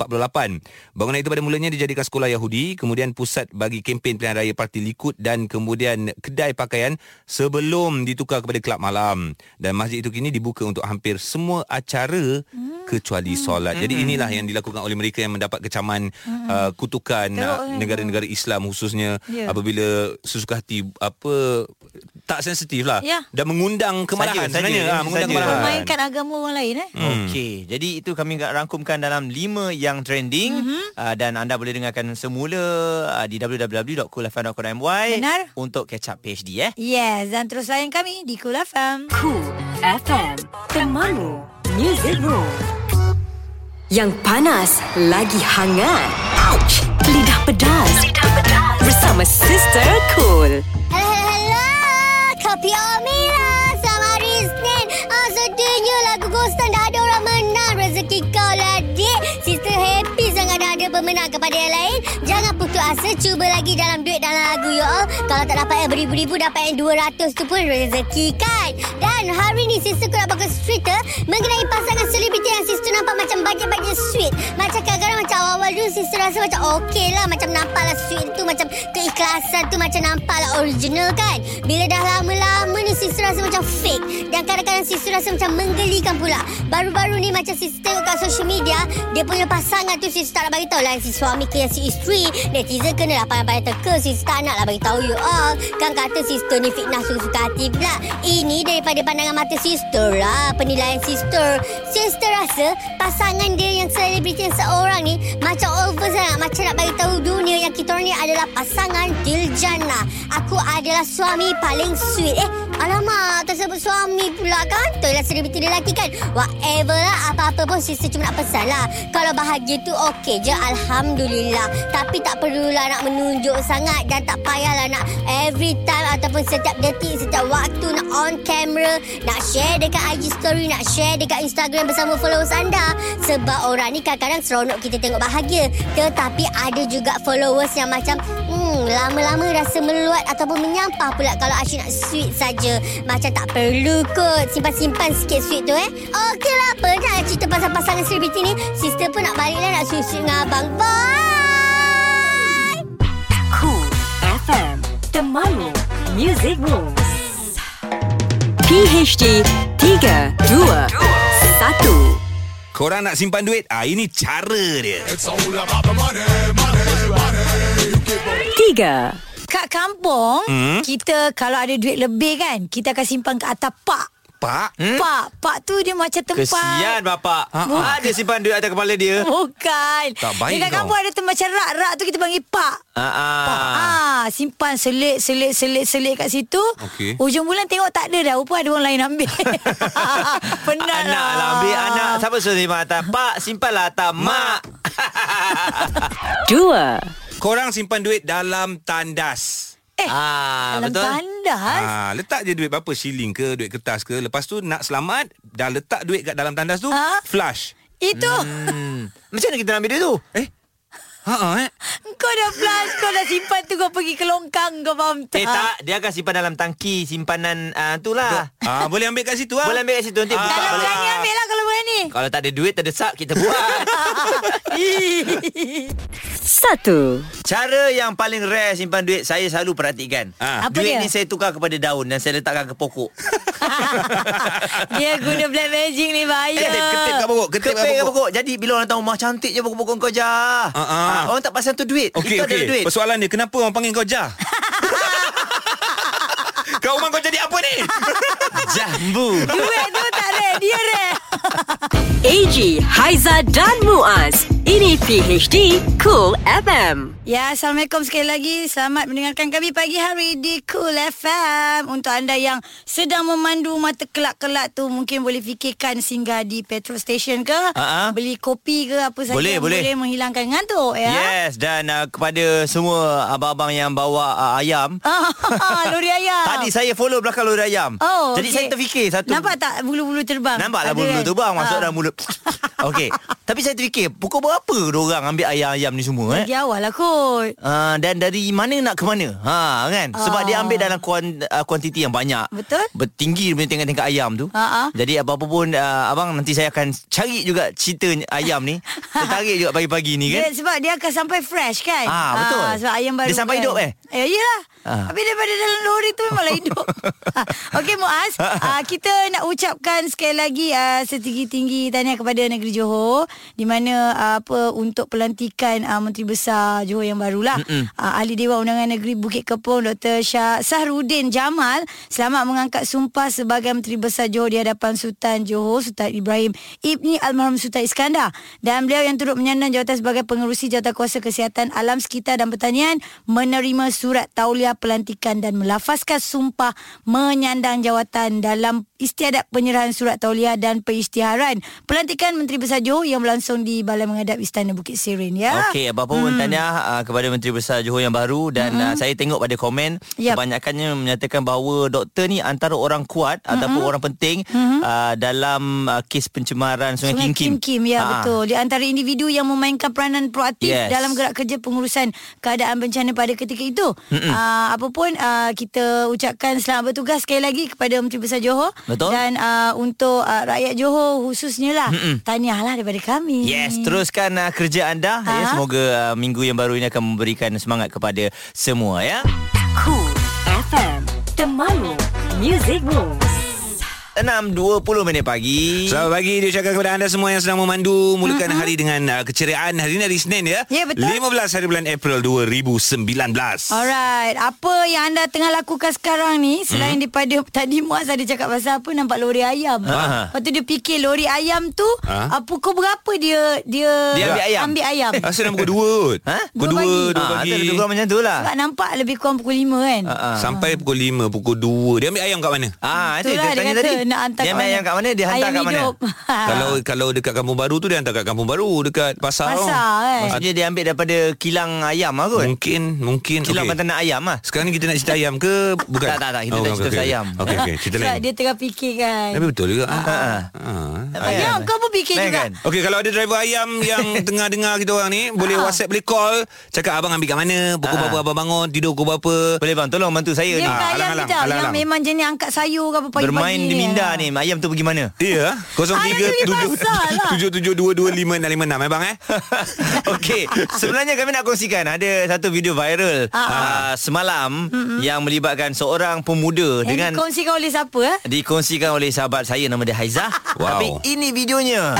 [SPEAKER 2] Bangunan itu pada mulanya dijadikan sekolah Yahudi, kemudian pusat bagi kempen pilihan raya Parti Likud dan kemudian kedai pakaian sebelum ditukar kepada kelab malam. Dan masjid itu kini dibuka untuk hampir semua acara
[SPEAKER 3] Hmm.
[SPEAKER 2] kecuali solat. Jadi inilah yang dilakukan oleh mereka yang mendapat kecaman
[SPEAKER 3] Hmm.
[SPEAKER 2] uh, kutukan uh, negara-negara Islam khususnya
[SPEAKER 3] eh. Ya.
[SPEAKER 2] apabila sesuka hati apa tak sensitif lah
[SPEAKER 3] Ya.
[SPEAKER 2] dan mengundang kemarahan
[SPEAKER 1] Saja, saja,
[SPEAKER 2] sebenarnya
[SPEAKER 1] saja.
[SPEAKER 2] ha, mengundang
[SPEAKER 1] Saja.
[SPEAKER 2] kemarahan.
[SPEAKER 3] Mainkan agama orang lain eh.
[SPEAKER 1] Okey, jadi itu kami agak rangkumkan dalam 5 yang trending mm-hmm. uh, dan anda boleh dengarkan semula uh, di www.coolfm.com.my
[SPEAKER 3] Benar.
[SPEAKER 1] untuk catch up PhD eh.
[SPEAKER 3] Yes, dan terus layan kami di Cool FM.
[SPEAKER 4] Cool FM. Temanmu. Music Room. Yang panas lagi hangat. Ouch. Lidah pedas. Lidah pedas. Bersama Sister Cool.
[SPEAKER 11] Hello, hello, hello. Kopi Omila. Selamat hari Isnin. Ah, sedihnya lagu Ghostan dah ada orang menang. Rezeki kau lah, dik. Sister happy sangat dah ada pemenang kepada yang lain. Jangan putus asa. Cuba lagi dalam duit dalam lagu, you all. Kalau tak dapat yang beribu-ribu, dapat yang 200 tu pun rezeki kan. Dan hari ni sister aku nak bagus cerita mengenai pasangan selebriti yang sister nampak macam bajet-bajet sweet. Macam kadang-kadang macam awal-awal dulu sister rasa macam okey lah. Macam nampak lah sweet tu. Macam keikhlasan tu macam nampak lah original kan. Bila dah lama-lama ni sister rasa macam fake. Dan kadang-kadang sister rasa macam menggelikan pula. Baru-baru ni macam sister tengok kat social media. Dia punya pasangan tu sister tak nak beritahu lah. Si suami ke yang si isteri. Netizen kena lah pandai-pandai teka. Sister tak nak lah beritahu you all. Kan kata sister ni fitnah suka-suka hati pula. Ini daripada pandangan mata sister lah. Penilaian sister. Sister rasa pasangan dia yang selebriti yang seorang ni macam over sangat. Macam nak bagi tahu dunia yang kita orang ni adalah pasangan Diljana. Aku adalah suami paling sweet. Eh, alamak tersebut suami pula kan? Itulah selebriti dia lelaki kan? Whatever lah, apa-apa pun sister cuma nak pesan lah. Kalau bahagia tu okey je, Alhamdulillah. Tapi tak perlulah nak menunjuk sangat dan tak payahlah nak every time ataupun setiap detik, setiap waktu nak on camera, nak share dekat IG story, nak share dekat Instagram bersama followers anda. Sebab orang ni kadang-kadang seronok kita tengok bahagia. Tetapi ada juga followers yang macam, hmm, lama-lama rasa meluat ataupun menyampah pula kalau Asyik nak sweet saja. Macam tak perlu kot simpan-simpan sikit sweet tu eh. Okeylah, apa dah cerita pasal pasangan selebriti ni. Sister pun nak baliklah nak sweet-sweet dengan abang. Bye!
[SPEAKER 4] Cool FM. Temanmu. Music Room. PHD 3, 2, 1.
[SPEAKER 2] Korang nak simpan duit? Ah ini cara dia.
[SPEAKER 4] 3.
[SPEAKER 3] Kat kampung, hmm? kita kalau ada duit lebih kan, kita akan simpan ke atas pak.
[SPEAKER 2] Pak,
[SPEAKER 3] Hmm? Pak, pak tu dia macam tempat.
[SPEAKER 1] Kesian bapak. Ha, ada simpan duit atas kepala
[SPEAKER 3] Oh.
[SPEAKER 1] dia.
[SPEAKER 3] Bukan.
[SPEAKER 2] Tak baik
[SPEAKER 3] Dekat
[SPEAKER 2] kau.
[SPEAKER 3] kampung ada tempat macam rak-rak tu kita panggil pak.
[SPEAKER 1] Ha
[SPEAKER 3] Pak.
[SPEAKER 1] ah.
[SPEAKER 3] Ah, simpan selit, selit, selit, selit kat situ.
[SPEAKER 2] Okey.
[SPEAKER 3] Hujung bulan tengok tak ada dah. Rupa ada orang lain ambil. Penat
[SPEAKER 1] Anak lah ambil anak. Siapa suruh simpan atas? Pak, simpanlah atas mak.
[SPEAKER 4] 2.
[SPEAKER 2] korang simpan duit dalam tandas.
[SPEAKER 3] Eh,
[SPEAKER 2] Ah,
[SPEAKER 3] dalam betul. tandas?
[SPEAKER 2] Ah, letak je duit berapa siling ke, duit kertas ke. Lepas tu nak selamat, dah letak duit kat dalam tandas tu, ha? flush.
[SPEAKER 3] Itu.
[SPEAKER 2] Hmm. Macam mana kita nak ambil duit tu? Eh? Ha ah eh.
[SPEAKER 3] Kau dah flash Kau dah simpan tu Kau pergi ke longkang Kau faham tak
[SPEAKER 1] Eh tak Dia akan simpan dalam tangki Simpanan uh, tu lah
[SPEAKER 2] ah, Boleh ambil kat situ lah
[SPEAKER 1] Boleh ambil kat situ Nanti buka
[SPEAKER 3] Kalau
[SPEAKER 1] balik
[SPEAKER 3] berani ambil lah Kalau berani
[SPEAKER 1] Kalau tak ada duit Tak ada sub Kita buat
[SPEAKER 4] Satu
[SPEAKER 1] Cara yang paling rare Simpan duit Saya selalu perhatikan ha.
[SPEAKER 3] Apa
[SPEAKER 1] Duit
[SPEAKER 3] dia?
[SPEAKER 1] ni saya tukar kepada daun Dan saya letakkan ke pokok
[SPEAKER 3] Dia guna black magic ni Bahaya
[SPEAKER 1] Ketip kat pokok. Jadi bila orang tahu Mah cantik je pokok-pokok kau Jah
[SPEAKER 2] Ah, ah.
[SPEAKER 1] Ah, Orang tak pasang tu duit
[SPEAKER 2] Okey,
[SPEAKER 1] Itu
[SPEAKER 2] okey.
[SPEAKER 1] adalah duit
[SPEAKER 2] Persoalan dia, kenapa orang panggil kau Jah? kau rumah kau jadi apa ni?
[SPEAKER 1] Jambu
[SPEAKER 3] Duit tu tak rare Dia rare
[SPEAKER 4] AG, Haiza dan Muaz. Ini PHD Cool FM.
[SPEAKER 3] Ya, Assalamualaikum sekali lagi. Selamat mendengarkan kami pagi hari di Cool FM. Untuk anda yang sedang memandu mata kelak-kelak tu mungkin boleh fikirkan singgah di petrol station ke,
[SPEAKER 1] Ah, ah.
[SPEAKER 3] beli kopi ke apa saja
[SPEAKER 1] Boleh,
[SPEAKER 3] yang
[SPEAKER 1] boleh.
[SPEAKER 3] boleh menghilangkan ngantuk ya.
[SPEAKER 1] Yes dan uh, kepada semua abang-abang yang bawa uh, ayam.
[SPEAKER 3] Ah, lori ayam.
[SPEAKER 1] Tadi saya follow belakang lori ayam.
[SPEAKER 3] Oh,
[SPEAKER 1] Jadi
[SPEAKER 3] okey.
[SPEAKER 1] saya terfikir satu
[SPEAKER 3] Nampak tak bulu-bulu terbang?
[SPEAKER 1] Nampaklah
[SPEAKER 3] Ada
[SPEAKER 1] bulu
[SPEAKER 3] kan?
[SPEAKER 1] tu bang masuk
[SPEAKER 3] Ah.
[SPEAKER 1] dalam mulut. Okey. Tapi saya terfikir pukul berapa orang ambil ayam-ayam ni semua eh?
[SPEAKER 3] Lagi awal lah kot.
[SPEAKER 1] Uh, dan dari mana nak ke mana ha kan sebab
[SPEAKER 3] Ah.
[SPEAKER 1] dia ambil dalam kuan, uh, kuantiti yang banyak
[SPEAKER 3] Betul.
[SPEAKER 1] bertinggi dia punya tingkat-tingkat ayam tu
[SPEAKER 3] Ah, ah.
[SPEAKER 1] jadi apa-apa pun uh, abang nanti saya akan cari juga cerita ayam ni tertarik juga pagi-pagi ni kan
[SPEAKER 3] Dia, sebab dia akan sampai fresh kan
[SPEAKER 1] Ah, betul.
[SPEAKER 3] Sebab ayam baru
[SPEAKER 1] Dia sampai
[SPEAKER 3] kan.
[SPEAKER 1] hidup, eh?
[SPEAKER 3] Ya iyalah
[SPEAKER 1] Ah.
[SPEAKER 3] Tapi daripada dalam lori tu memanglah hidup Ah, Okey Muaz ah, Kita nak ucapkan sekali lagi ah, Setinggi-tinggi tahniah kepada negeri Johor Di mana ah, apa untuk pelantikan ah, Menteri Besar Johor yang barulah ah, Ahli Dewan Undangan Negeri Bukit Kepong Dr. Shah Sahrudin Jamal Selamat mengangkat sumpah sebagai Menteri Besar Johor Di hadapan Sultan Johor Sultan Ibrahim Ibni Almarhum Sultan Iskandar Dan beliau yang turut menyandang jawatan sebagai pengerusi Jawatankuasa Kesihatan Alam Sekitar dan Pertanian menerima surat tauliah pelantikan dan melafazkan sumpah menyandang jawatan dalam istiadat penyerahan surat tauliah dan perisytiharan pelantikan Menteri Besar Johor yang berlangsung di Balai Mengadap Istana Bukit Serin ya.
[SPEAKER 1] Okey, apa-apa pun tahniah uh, kepada Menteri Besar Johor yang baru dan uh, saya tengok pada komen
[SPEAKER 3] Hmm. Yap.
[SPEAKER 1] kebanyakannya menyatakan bahawa doktor ni antara orang kuat
[SPEAKER 3] Hmm.
[SPEAKER 1] ataupun orang penting uh, dalam uh, kes pencemaran Sungai,
[SPEAKER 3] Sungai Kim Kim, ya
[SPEAKER 1] Ah.
[SPEAKER 3] betul. Di antara individu yang memainkan peranan proaktif
[SPEAKER 1] Yes.
[SPEAKER 3] dalam gerak kerja pengurusan keadaan bencana pada ketika itu.
[SPEAKER 1] Mm-mm.
[SPEAKER 3] Uh, apa pun uh, kita ucapkan selamat bertugas sekali lagi kepada Menteri Besar Johor
[SPEAKER 1] Betul.
[SPEAKER 3] dan uh, untuk uh, rakyat Johor khususnya lah
[SPEAKER 1] Mm-mm.
[SPEAKER 3] tahniahlah daripada kami.
[SPEAKER 1] Yes, teruskan uh, kerja anda. Ya,
[SPEAKER 3] Hmm. Ah.
[SPEAKER 1] semoga uh, minggu yang baru ini akan memberikan semangat kepada semua ya.
[SPEAKER 4] Cool FM. The Malu Music Rules.
[SPEAKER 1] 6.20 minit pagi.
[SPEAKER 2] Selamat pagi diucapkan kepada anda semua yang sedang memandu Mulakan mm-hmm. hari dengan uh, keceriaan Hari ini hari Senin ya
[SPEAKER 3] Ya, betul.
[SPEAKER 2] 15 hari bulan April 2019
[SPEAKER 3] Alright, apa yang anda tengah lakukan sekarang ni selain hmm. daripada tadi Muaz ada cakap pasal apa nampak lori ayam.
[SPEAKER 2] Ah.
[SPEAKER 3] Lepas tu dia fikir lori ayam tu
[SPEAKER 2] Ah.
[SPEAKER 3] ah. pukul berapa dia dia,
[SPEAKER 2] Dia ambil ayam?
[SPEAKER 3] Ambil ayam.
[SPEAKER 2] Rasa dah pukul 2 kot
[SPEAKER 1] Ha?
[SPEAKER 2] Pukul 2 2 pagi
[SPEAKER 1] macam tu lah.
[SPEAKER 3] Sebab nampak lebih kurang pukul 5 kan.
[SPEAKER 2] Sampai pukul 5 Pukul 2 Dia ambil ayam kat mana?
[SPEAKER 1] Ah, itu dia
[SPEAKER 3] Itulah
[SPEAKER 1] tanya
[SPEAKER 3] lah, kata
[SPEAKER 1] tadi.
[SPEAKER 3] nak hantar
[SPEAKER 1] Dia
[SPEAKER 3] kat
[SPEAKER 1] main
[SPEAKER 3] mana.
[SPEAKER 1] yang kat mana? Dia hantar
[SPEAKER 3] ayam
[SPEAKER 1] kat mana? Ah.
[SPEAKER 3] hidup.
[SPEAKER 2] Kalau kalau dekat kampung baru tu Dia hantar kat kampung baru Dekat pasar
[SPEAKER 3] Pasar,
[SPEAKER 2] tau.
[SPEAKER 3] kan?
[SPEAKER 1] Maksudnya dia ambil daripada kilang ayam lah kot.
[SPEAKER 2] Mungkin Mungkin
[SPEAKER 1] Kilang
[SPEAKER 2] okey.
[SPEAKER 1] okay. peternak ayam lah.
[SPEAKER 2] Sekarang ni kita nak cerita ayam ke Bukan Oh,
[SPEAKER 1] Tak, tak, tak. Kita nak cerita pasal ayam.
[SPEAKER 2] Okey okey Cerita
[SPEAKER 3] Sebab
[SPEAKER 2] lain
[SPEAKER 3] dia tengah fikir kan.
[SPEAKER 2] Tapi betul juga ah.
[SPEAKER 1] Ah.
[SPEAKER 2] Ah.
[SPEAKER 3] Ya,
[SPEAKER 1] Bayangkan.
[SPEAKER 3] kau pun fikir juga.
[SPEAKER 1] Bayangkan.
[SPEAKER 2] Okey kalau ada driver ayam yang tengah dengar kita orang ni boleh WhatsApp boleh call cakap abang ambil kat mana pukul
[SPEAKER 1] Ah.
[SPEAKER 2] berapa abang bangun tidur pukul berapa
[SPEAKER 1] Boleh bang, tolong bantu saya
[SPEAKER 3] Dia
[SPEAKER 1] ni.
[SPEAKER 3] bukan
[SPEAKER 2] Ah,
[SPEAKER 3] ayam
[SPEAKER 2] alang-alang,
[SPEAKER 3] ni tau. Yang
[SPEAKER 2] alang-alang.
[SPEAKER 3] memang jenis angkat sayur ke apa pagi-pagi
[SPEAKER 1] Bermain di
[SPEAKER 3] ni. kan?
[SPEAKER 1] minda ni. Ayam tu pergi mana?
[SPEAKER 2] Ya,
[SPEAKER 3] Ayam tu pergi pasar lah.
[SPEAKER 2] 0377225656 abang eh.
[SPEAKER 1] Okey, sebenarnya kami nak kongsikan ada satu video viral uh, semalam yang melibatkan seorang pemuda
[SPEAKER 3] Ah. Yang
[SPEAKER 1] dengan
[SPEAKER 3] Eh, dikongsikan oleh siapa eh?
[SPEAKER 1] dikongsikan oleh sahabat saya nama dia Haizah.
[SPEAKER 2] Wow.
[SPEAKER 1] Tapi ini videonya.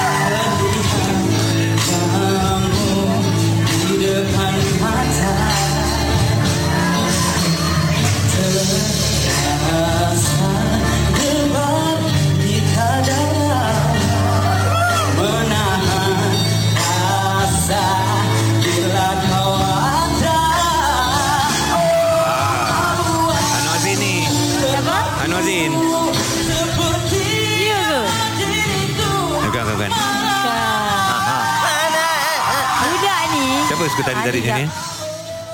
[SPEAKER 2] Anwar Zain ni. Anwar Zain.
[SPEAKER 3] Ya ke?
[SPEAKER 2] Bukan bukan. bukan.
[SPEAKER 3] Budak ni
[SPEAKER 2] Siapa suka tadi tadi
[SPEAKER 3] Ada
[SPEAKER 2] ni?
[SPEAKER 3] tak?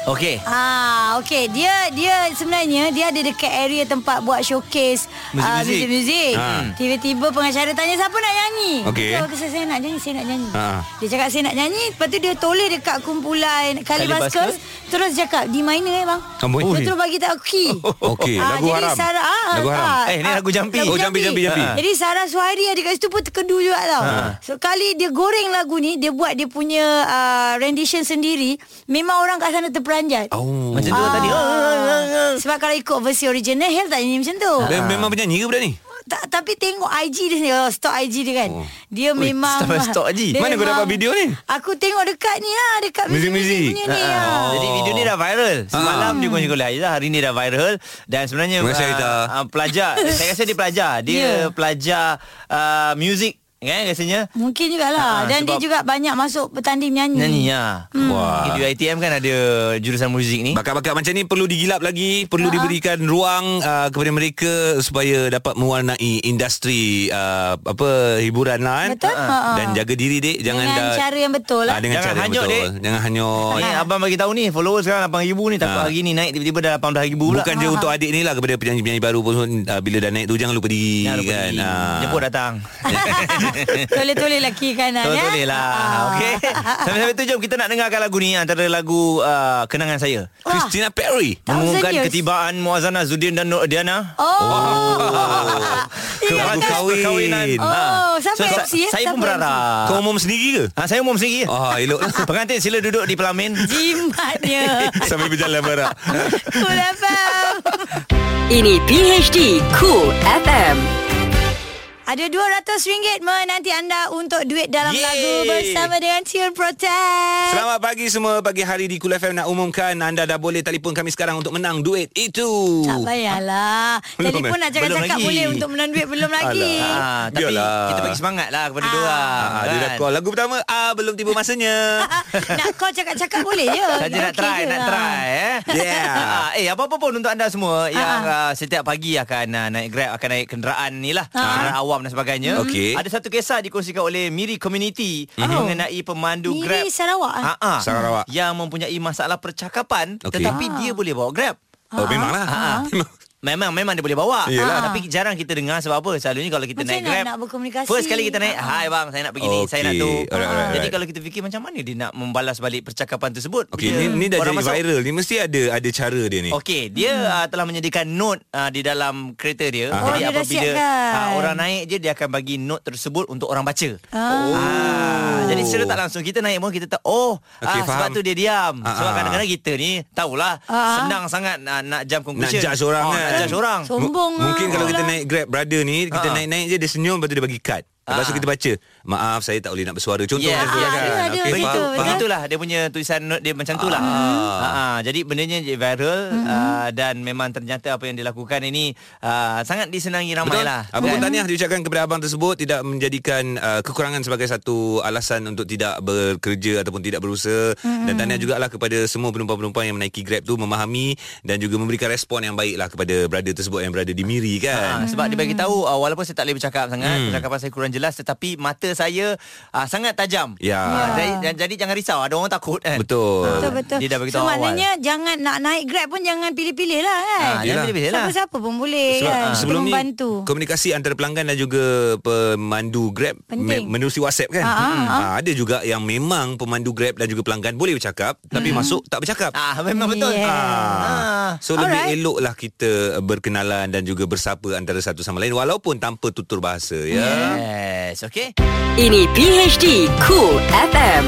[SPEAKER 1] Okey.
[SPEAKER 3] Ah, okey. Dia dia sebenarnya dia ada dekat area tempat buat showcase
[SPEAKER 1] Muzik-muzik.
[SPEAKER 3] ah, muzik-muzik.
[SPEAKER 2] Ah.
[SPEAKER 3] Tiba-tiba pengacara tanya siapa nak nyanyi.
[SPEAKER 2] Okey.
[SPEAKER 3] Tahu ke saya, saya nak nyanyi, saya nak nyanyi.
[SPEAKER 2] Ah.
[SPEAKER 3] Dia cakap saya nak nyanyi, lepas tu dia toleh dekat kumpulan Kalibaskus, terus cakap di minor eh bang.
[SPEAKER 2] Amboi. Oh.
[SPEAKER 3] Dia terus bagi tahu key.
[SPEAKER 2] Okey,
[SPEAKER 3] Ah,
[SPEAKER 2] lagu
[SPEAKER 3] jadi
[SPEAKER 2] haram.
[SPEAKER 3] Sarah, ah,
[SPEAKER 2] Lagu haram.
[SPEAKER 3] ah,
[SPEAKER 2] Eh, ni
[SPEAKER 3] ah,
[SPEAKER 2] lagu jampi. Oh, jampi, jampi, jampi.
[SPEAKER 3] Ah. Jadi Sarah Suhairi ada kat situ pun terkedu juga tau.
[SPEAKER 2] Ha.
[SPEAKER 3] Sekali dia goreng lagu ni, dia buat dia punya uh, rendition sendiri, memang orang kat sana terperanjat. Ah.
[SPEAKER 2] Oh.
[SPEAKER 1] Macam tu lah tadi.
[SPEAKER 2] ah,
[SPEAKER 3] Sebab kalau ikut versi original Hell tak nyanyi macam tu Ah.
[SPEAKER 2] Dia memang penyanyi ke budak ni?
[SPEAKER 3] Ta- Tapi tengok IG dia ni oh, Stok IG dia kan oh. Dia
[SPEAKER 2] Ui,
[SPEAKER 3] memang
[SPEAKER 2] stok- stok IG.
[SPEAKER 3] dia
[SPEAKER 2] Mana kau
[SPEAKER 3] memang-
[SPEAKER 2] dapat video ni?
[SPEAKER 3] Aku tengok dekat ni lah Dekat
[SPEAKER 1] Music
[SPEAKER 3] muzik-muzik punya
[SPEAKER 2] Ah,
[SPEAKER 3] ni lah
[SPEAKER 2] Oh.
[SPEAKER 1] Jadi video ni dah viral. Semalam
[SPEAKER 3] Ah.
[SPEAKER 1] dia kunci kuliah Aizah, hari ni dah viral dan sebenarnya
[SPEAKER 2] Terima kasih,
[SPEAKER 1] ah,
[SPEAKER 2] Aizah.
[SPEAKER 1] ah, pelajar, saya rasa dia pelajar. Dia
[SPEAKER 3] Yeah.
[SPEAKER 1] pelajar uh, music kan rasanya.
[SPEAKER 3] Mungkin jugalah
[SPEAKER 2] Ah,
[SPEAKER 1] Ha,
[SPEAKER 3] Dan dia
[SPEAKER 1] sebab-
[SPEAKER 3] juga banyak masuk Bertanding menyanyi
[SPEAKER 1] Nyanyi ya.
[SPEAKER 3] Hmm.
[SPEAKER 1] Wah. Di UiTM kan ada jurusan muzik ni.
[SPEAKER 2] Bakat-bakat macam ni perlu digilap lagi,
[SPEAKER 3] Ha,
[SPEAKER 2] perlu diberikan ruang uh, kepada mereka supaya dapat mewarnai industri uh, apa hiburan lah kan.
[SPEAKER 3] Betul. Ha-ha.
[SPEAKER 2] Dan jaga diri dik, jangan
[SPEAKER 3] Dengan
[SPEAKER 2] dah
[SPEAKER 3] cara yang betul lah
[SPEAKER 2] Ah, dengan cara yang betul. Jangan hanyut.
[SPEAKER 1] Ni
[SPEAKER 3] Ah.
[SPEAKER 1] abang bagi tahu ni followers sekarang 8000 ni tak apa hari ni naik tiba-tiba dah 18000
[SPEAKER 2] Ah.
[SPEAKER 1] pula.
[SPEAKER 2] Bukan
[SPEAKER 3] Ha,
[SPEAKER 2] je untuk adik ni lah kepada penyanyi-penyanyi baru pun uh, bila dah naik tu jangan lupa diri jangan lupa kan. Diri. Uh.
[SPEAKER 1] Jemput datang.
[SPEAKER 3] Toleh-toleh lah kiri kanan ya
[SPEAKER 1] Betul lah. Okey.
[SPEAKER 3] Ha,
[SPEAKER 1] Sampai-sampai tu jom kita nak dengarkan lagu ni antara lagu uh, kenangan saya.
[SPEAKER 3] Wah.
[SPEAKER 2] Christina Perry
[SPEAKER 1] mengumumkan
[SPEAKER 3] years.
[SPEAKER 1] ketibaan Muazzana Zudin dan Nur Diana.
[SPEAKER 3] Oh.
[SPEAKER 1] Keratus perkahwinan.
[SPEAKER 3] Oh, siapa
[SPEAKER 1] sa-
[SPEAKER 3] MC, eh?
[SPEAKER 1] lah. Saya pun
[SPEAKER 3] Siapa
[SPEAKER 1] berharap.
[SPEAKER 2] Kau umum sendiri ke?
[SPEAKER 1] Ha, Ah. saya umum sendiri.
[SPEAKER 2] Ah, elok.
[SPEAKER 1] Pengantin sila duduk di pelamin.
[SPEAKER 3] Jimatnya
[SPEAKER 2] Sambil berjalan barak.
[SPEAKER 3] Cool FM
[SPEAKER 4] Ini PHD Cool FM.
[SPEAKER 3] Ada RM200 menanti anda untuk duit dalam
[SPEAKER 2] Yeay.
[SPEAKER 3] lagu bersama dengan Tune Protect.
[SPEAKER 2] Selamat pagi semua. Pagi hari di Kul FM nak umumkan anda dah boleh telefon kami sekarang untuk menang duit itu.
[SPEAKER 3] Tak payahlah.
[SPEAKER 2] Belum, eh?
[SPEAKER 3] Telefon nak cakap-cakap
[SPEAKER 2] Belum lagi.
[SPEAKER 3] boleh untuk menang duit belum lagi.
[SPEAKER 1] Ah, tapi
[SPEAKER 2] Biarlah.
[SPEAKER 1] kita bagi semangat lah kepada Kan? ah. diorang.
[SPEAKER 2] Ah, dia dah call. Lagu pertama, ah belum tiba masanya.
[SPEAKER 3] Ah, nak call cakap-cakap boleh je.
[SPEAKER 1] Saja nak
[SPEAKER 3] Okey
[SPEAKER 1] try,
[SPEAKER 3] je. lah.
[SPEAKER 1] nak try eh.
[SPEAKER 2] Yeah. Ah,
[SPEAKER 1] Ah, eh apa-apa pun untuk anda semua yang uh, setiap pagi akan uh, naik Grab, akan naik kenderaan ni lah,
[SPEAKER 2] Ah.
[SPEAKER 1] kenderaan awam dan sebagainya.
[SPEAKER 2] Okey.
[SPEAKER 1] Ada satu kisah dikongsikan oleh Miri Community
[SPEAKER 2] Oh.
[SPEAKER 1] mengenai pemandu
[SPEAKER 3] Miri
[SPEAKER 1] Grab.
[SPEAKER 3] Sarawak, ah?
[SPEAKER 1] ah.
[SPEAKER 2] Sarawak.
[SPEAKER 1] Yang mempunyai masalah percakapan
[SPEAKER 2] Okey.
[SPEAKER 1] tetapi dia boleh bawa Grab.
[SPEAKER 2] Oh, memanglah.
[SPEAKER 1] Ah, Memang memang dia boleh bawa.
[SPEAKER 2] Yelah.
[SPEAKER 1] Tapi jarang kita dengar sebab apa? Selalunya kalau kita
[SPEAKER 3] Macam
[SPEAKER 1] naik
[SPEAKER 3] mana
[SPEAKER 1] Grab
[SPEAKER 3] nak berkomunikasi?
[SPEAKER 1] First kali kita naik, "Hai bang, saya nak pergi ni, saya nak
[SPEAKER 2] Okey. Ah,
[SPEAKER 1] tu."
[SPEAKER 2] Alright, alright,
[SPEAKER 1] Jadi
[SPEAKER 2] alright.
[SPEAKER 1] kalau kita fikir macam mana dia nak membalas balik percakapan tersebut?
[SPEAKER 2] Okey,
[SPEAKER 1] Bila
[SPEAKER 2] ni, ni dah jadi
[SPEAKER 1] orang masuk-
[SPEAKER 2] viral. Ni mesti ada ada cara dia ni.
[SPEAKER 1] Okey, dia hmm. uh, telah menyediakan note uh, di dalam kereta dia.
[SPEAKER 2] Ah.
[SPEAKER 3] Oh,
[SPEAKER 1] Jadi
[SPEAKER 3] dia dah
[SPEAKER 1] apabila
[SPEAKER 3] siapkan.
[SPEAKER 1] uh, orang naik je dia akan bagi note tersebut untuk orang baca.
[SPEAKER 3] Ah.
[SPEAKER 1] Ah, jadi secara tak langsung kita naik pun kita tak
[SPEAKER 2] Oh.
[SPEAKER 1] oh
[SPEAKER 2] Okey,
[SPEAKER 1] ah, sebab
[SPEAKER 2] faham.
[SPEAKER 1] tu dia diam.
[SPEAKER 2] Ah,
[SPEAKER 1] Sebab
[SPEAKER 2] ah.
[SPEAKER 1] kadang-kadang kita ni tahulah
[SPEAKER 3] Ah.
[SPEAKER 1] senang sangat uh, nak
[SPEAKER 2] Nak
[SPEAKER 1] jump conclusion.
[SPEAKER 2] judge orang
[SPEAKER 1] Ah,
[SPEAKER 2] kan.
[SPEAKER 1] Nak judge orang.
[SPEAKER 3] So- Sombong
[SPEAKER 2] M- Mungkin
[SPEAKER 3] lah.
[SPEAKER 2] kalau kita
[SPEAKER 3] Betul lah.
[SPEAKER 2] naik Grab brother ni, kita
[SPEAKER 1] Ha.
[SPEAKER 2] naik-naik je dia senyum lepas tu dia bagi kad. Lepas tu
[SPEAKER 3] Ah.
[SPEAKER 1] Ha.
[SPEAKER 2] kita baca, maaf saya tak boleh nak bersuara. Contoh
[SPEAKER 3] Ya,
[SPEAKER 1] Yeah,
[SPEAKER 2] macam tu
[SPEAKER 1] yeah,
[SPEAKER 2] kan.
[SPEAKER 3] yeah, ada,
[SPEAKER 2] Okey,
[SPEAKER 3] Ah, betul,
[SPEAKER 2] faham,
[SPEAKER 3] betul.
[SPEAKER 2] faham.
[SPEAKER 1] Begitulah dia punya tulisan note dia macam tu lah.
[SPEAKER 2] Ah.
[SPEAKER 1] Ah. ah, jadi bendanya jadi viral
[SPEAKER 3] Mm-hmm.
[SPEAKER 1] ah, dan memang ternyata apa yang dilakukan ini ah, sangat disenangi ramai
[SPEAKER 2] Betul.
[SPEAKER 1] lah.
[SPEAKER 2] Apa pun tahniah diucapkan kepada abang tersebut tidak menjadikan uh, kekurangan sebagai satu alasan untuk tidak bekerja ataupun tidak berusaha mm-hmm. dan tahniah jugalah kepada semua penumpang-penumpang yang menaiki Grab tu memahami dan juga memberikan respon yang baiklah kepada brother tersebut yang berada di Miri
[SPEAKER 1] Ha,
[SPEAKER 2] kan.
[SPEAKER 1] sebab dia bagi tahu uh, walaupun saya tak boleh bercakap sangat, hmm. percakapan saya kurang jelas tetapi mata saya uh, sangat tajam.
[SPEAKER 2] Ya.
[SPEAKER 1] Ah, jadi, dan, jadi jangan risau, ada orang takut kan.
[SPEAKER 2] Betul.
[SPEAKER 3] Betul betul.
[SPEAKER 1] Dia dah beritahu
[SPEAKER 3] so,
[SPEAKER 1] awal.
[SPEAKER 3] maknanya jangan nak naik Grab pun jangan pilih-pilih lah kan.
[SPEAKER 1] Ah, jangan pilih-pilih lah.
[SPEAKER 3] Siapa-siapa pun boleh
[SPEAKER 2] Sebab
[SPEAKER 3] kan.
[SPEAKER 2] uh,
[SPEAKER 3] Kita
[SPEAKER 2] sebelum ni
[SPEAKER 3] membantu.
[SPEAKER 2] komunikasi antara pelanggan dan juga pemandu Grab
[SPEAKER 3] Penting.
[SPEAKER 2] me- menerusi WhatsApp kan.
[SPEAKER 3] Ah, ah,
[SPEAKER 2] Hmm. Ah, ada juga yang memang pemandu Grab dan juga pelanggan boleh bercakap tapi masuk tak bercakap.
[SPEAKER 1] Ah memang betul.
[SPEAKER 3] Yeah.
[SPEAKER 1] Ah.
[SPEAKER 2] Ah. So Alright. lebih eloklah kita berkenalan dan juga bersapa antara satu sama lain walaupun tanpa tutur bahasa ya.
[SPEAKER 1] Yes, okay.
[SPEAKER 4] Ini PHD Cool FM.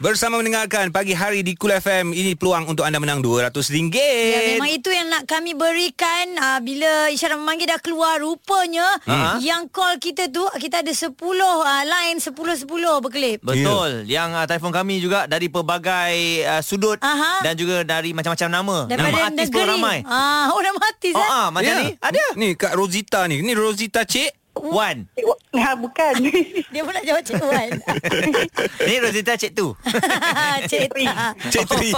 [SPEAKER 2] Bersama mendengarkan pagi hari di Kul FM ini peluang untuk anda menang RM200.
[SPEAKER 3] Ya, memang itu yang nak kami berikan uh, bila isyarat memanggil dah keluar rupanya uh-huh. yang call kita tu kita ada 10 uh, line 10 10 berkelip.
[SPEAKER 1] Betul. Yeah. Yang uh, telefon kami juga dari pelbagai uh, sudut
[SPEAKER 3] Aha.
[SPEAKER 1] dan juga dari macam-macam nama. nama
[SPEAKER 3] Daripada
[SPEAKER 1] artis pun
[SPEAKER 3] negeri.
[SPEAKER 1] ramai.
[SPEAKER 3] Ah, oh, nama artis
[SPEAKER 1] Oh,
[SPEAKER 3] eh.
[SPEAKER 1] ah, macam ni. Ada.
[SPEAKER 2] Ya. Ni Kak Rosita ni. Ni Rosita Cik.
[SPEAKER 1] Wan.
[SPEAKER 12] Ha, bukan.
[SPEAKER 3] Dia pun nak jawab Cik Wan.
[SPEAKER 1] Ni Rosita Cik Tu.
[SPEAKER 3] Cik Tri.
[SPEAKER 2] Cik Tri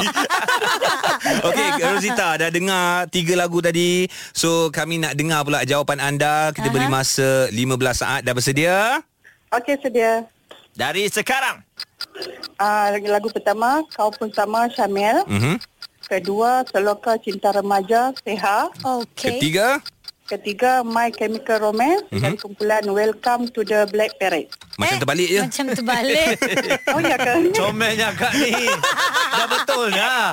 [SPEAKER 2] Okey Rosita Dah dengar Tiga lagu tadi So kami nak dengar pula Jawapan anda Kita beri masa 15 saat Dah bersedia?
[SPEAKER 12] Okey, sedia.
[SPEAKER 1] Dari sekarang.
[SPEAKER 12] Uh, lagu pertama, Kau Pun Sama, Syamil.
[SPEAKER 2] Mhm.
[SPEAKER 12] Kedua, Seloka Cinta Remaja, Seha.
[SPEAKER 3] Okay.
[SPEAKER 2] Ketiga?
[SPEAKER 12] Ketiga, My Chemical Romance mm-hmm. dan
[SPEAKER 2] Mhm.
[SPEAKER 12] kumpulan Welcome to the Black Parade.
[SPEAKER 2] Macam terbalik je.
[SPEAKER 3] Macam terbalik.
[SPEAKER 12] oh, ya ke?
[SPEAKER 1] Comelnya akak ni. Dah betul dah.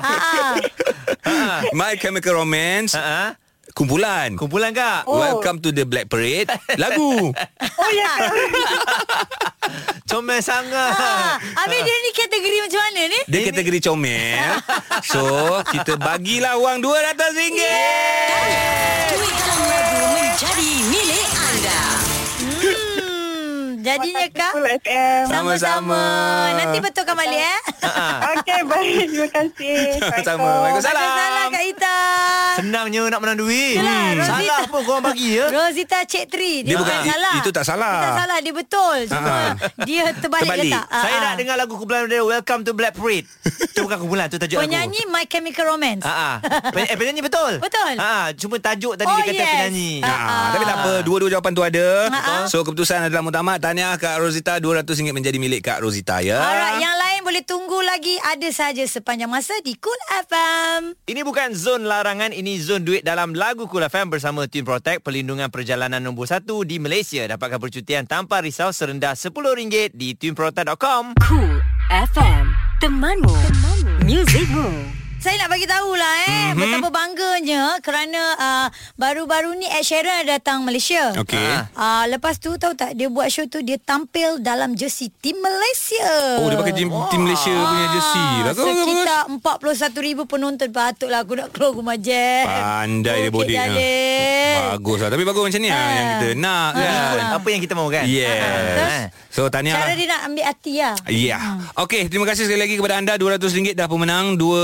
[SPEAKER 2] My Chemical Romance.
[SPEAKER 1] Ha-ha.
[SPEAKER 2] Kumpulan.
[SPEAKER 1] Ah. Kumpulan kak.
[SPEAKER 2] Oh. Welcome to the Black Parade. Lagu.
[SPEAKER 12] Oh, ya ke?
[SPEAKER 1] Comel sangat.
[SPEAKER 3] Ha, Habis dia ni kategori macam mana ni?
[SPEAKER 2] Dia kategori comel. So, kita bagilah wang RM200.
[SPEAKER 4] Duitkan lagu menjadi milik anda.
[SPEAKER 3] Hmm, jadinya kak.
[SPEAKER 2] Sama-sama.
[SPEAKER 3] Nanti betulkan balik eh.
[SPEAKER 12] Okey, baik. Terima kasih.
[SPEAKER 1] Sama-sama. Waalaikumsalam.
[SPEAKER 3] Waalaikumsalam Kak Ita.
[SPEAKER 1] Senangnya nak menang duit.
[SPEAKER 3] Yalah,
[SPEAKER 1] Hmm.
[SPEAKER 3] Rosita.
[SPEAKER 1] Salah pun korang bagi ya.
[SPEAKER 3] Rosita Cik Tri
[SPEAKER 1] Dia
[SPEAKER 3] Dia, bukan
[SPEAKER 1] bukan- i-
[SPEAKER 3] salah
[SPEAKER 1] itu tak salah.
[SPEAKER 3] Dia tak salah Dia betul Cuma
[SPEAKER 1] Ah.
[SPEAKER 3] dia terbalik,
[SPEAKER 1] Terbalik.
[SPEAKER 3] ke tak Ah,
[SPEAKER 1] Saya
[SPEAKER 3] ah.
[SPEAKER 1] nak dengar lagu kumpulan dia Welcome to Black Parade. Itu bukan kumpulan, tu tajuk lagu.
[SPEAKER 3] Penyanyi My Chemical Romance
[SPEAKER 1] Ah, ah. Pen- eh, penyanyi betul?
[SPEAKER 3] Betul.
[SPEAKER 1] Ah, cuma tajuk tadi
[SPEAKER 3] Oh,
[SPEAKER 1] dia kata
[SPEAKER 3] yes.
[SPEAKER 1] penyanyi.
[SPEAKER 2] Ah, tapi tak apa Dua-dua jawapan tu ada So keputusan adalah mutamat Tahniah Kak Rosita RM200 menjadi milik Kak Rosita ya
[SPEAKER 3] Alright, yang lain boleh tunggu lagi ada saja sepanjang masa di Cool FM.
[SPEAKER 1] Ini bukan zon larangan, ini zon duit dalam lagu Kul FM bersama Team Protect, pelindungan perjalanan nombor 1 di Malaysia. Dapatkan percutian tanpa risau serendah RM10 di teamprotect.com.
[SPEAKER 4] Cool FM, temanmu, temanmu. musicmu.
[SPEAKER 3] Saya nak bagi tahulah eh
[SPEAKER 4] Mhm.
[SPEAKER 3] mm-hmm. betapa bangganya kerana uh, baru-baru ni Ed Sheeran datang Malaysia.
[SPEAKER 2] Okey.
[SPEAKER 1] Ha.
[SPEAKER 3] Uh, lepas tu tahu tak dia buat show tu dia tampil dalam jersey tim Malaysia.
[SPEAKER 2] Oh dia pakai tim, tim Malaysia punya jersey Bagus bagus bagus
[SPEAKER 3] Ah, Sekitar 41,000 penonton Patutlah aku nak keluar rumah je
[SPEAKER 2] Pandai dia ah.
[SPEAKER 3] Okey,
[SPEAKER 2] bodek
[SPEAKER 3] Jalil.
[SPEAKER 2] Bagus lah Tapi bagus macam ni lah Yang kita
[SPEAKER 1] Ah,
[SPEAKER 2] nak kan
[SPEAKER 3] Ah.
[SPEAKER 1] Apa yang kita mahu kan
[SPEAKER 3] Terus,
[SPEAKER 2] Yes So tahniah
[SPEAKER 3] Cara
[SPEAKER 2] lah
[SPEAKER 3] dia nak ambil hati lah
[SPEAKER 2] Ya. Yeah. Okey, terima kasih sekali lagi kepada anda RM200 dah pemenang, dua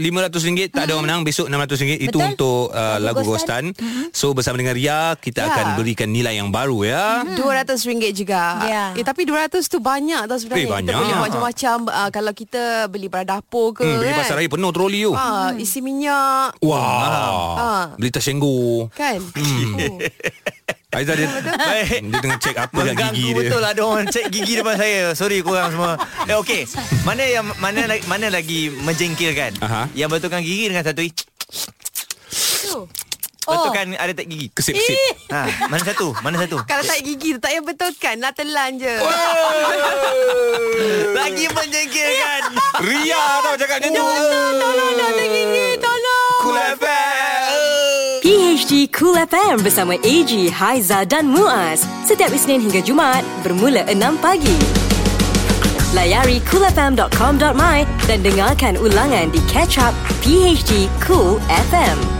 [SPEAKER 2] RM500 tak ada orang menang, besok RM600 itu
[SPEAKER 3] Betul.
[SPEAKER 2] untuk uh,
[SPEAKER 13] Lagu
[SPEAKER 2] lagu
[SPEAKER 13] Ghostan.
[SPEAKER 2] Ghostan. So bersama dengan Ria kita
[SPEAKER 13] Ya.
[SPEAKER 2] akan berikan nilai yang baru ya.
[SPEAKER 4] Hmm,
[SPEAKER 13] RM200 juga
[SPEAKER 3] Ya.
[SPEAKER 13] eh, Tapi RM200 tu banyak tau sebenarnya
[SPEAKER 2] Eh, banyak.
[SPEAKER 13] Kita boleh buat macam-macam uh, Kalau kita beli barang dapur ke
[SPEAKER 2] Hmm, beli
[SPEAKER 13] kan?
[SPEAKER 2] pasar raya penuh troli oh. tu.
[SPEAKER 13] Ah,
[SPEAKER 3] Hmm.
[SPEAKER 13] Isi minyak
[SPEAKER 2] Wah.
[SPEAKER 13] Ah.
[SPEAKER 2] Beli tas senggu.
[SPEAKER 13] Kan
[SPEAKER 2] Hmm. Aizah dia, dia tengah cek apa kat gigi dia.
[SPEAKER 1] Betul ada orang cek gigi depan saya. Sorry korang semua. Eh okey. Mana yang mana lagi- mana lagi menjengkelkan? Uh-huh. Yang betulkan gigi dengan satu i- betulkan ada tak gigi.
[SPEAKER 13] Kesip-kesip. Ih.
[SPEAKER 1] Ha, mana satu? Mana satu?
[SPEAKER 13] Kalau tak gigi tu tak payah betulkan Lah telan je
[SPEAKER 2] Oh,
[SPEAKER 1] Lagi menjengkelkan
[SPEAKER 2] Ria tau cakap macam tu
[SPEAKER 13] Tolong dah gigi Tolong
[SPEAKER 2] Cool FM
[SPEAKER 4] PHD Cool FM bersama AG, Haiza dan Muaz. Setiap Isnin hingga Jumaat bermula 6 pagi. Layari coolfm.com.my dan dengarkan ulangan di catch up PHD Cool FM.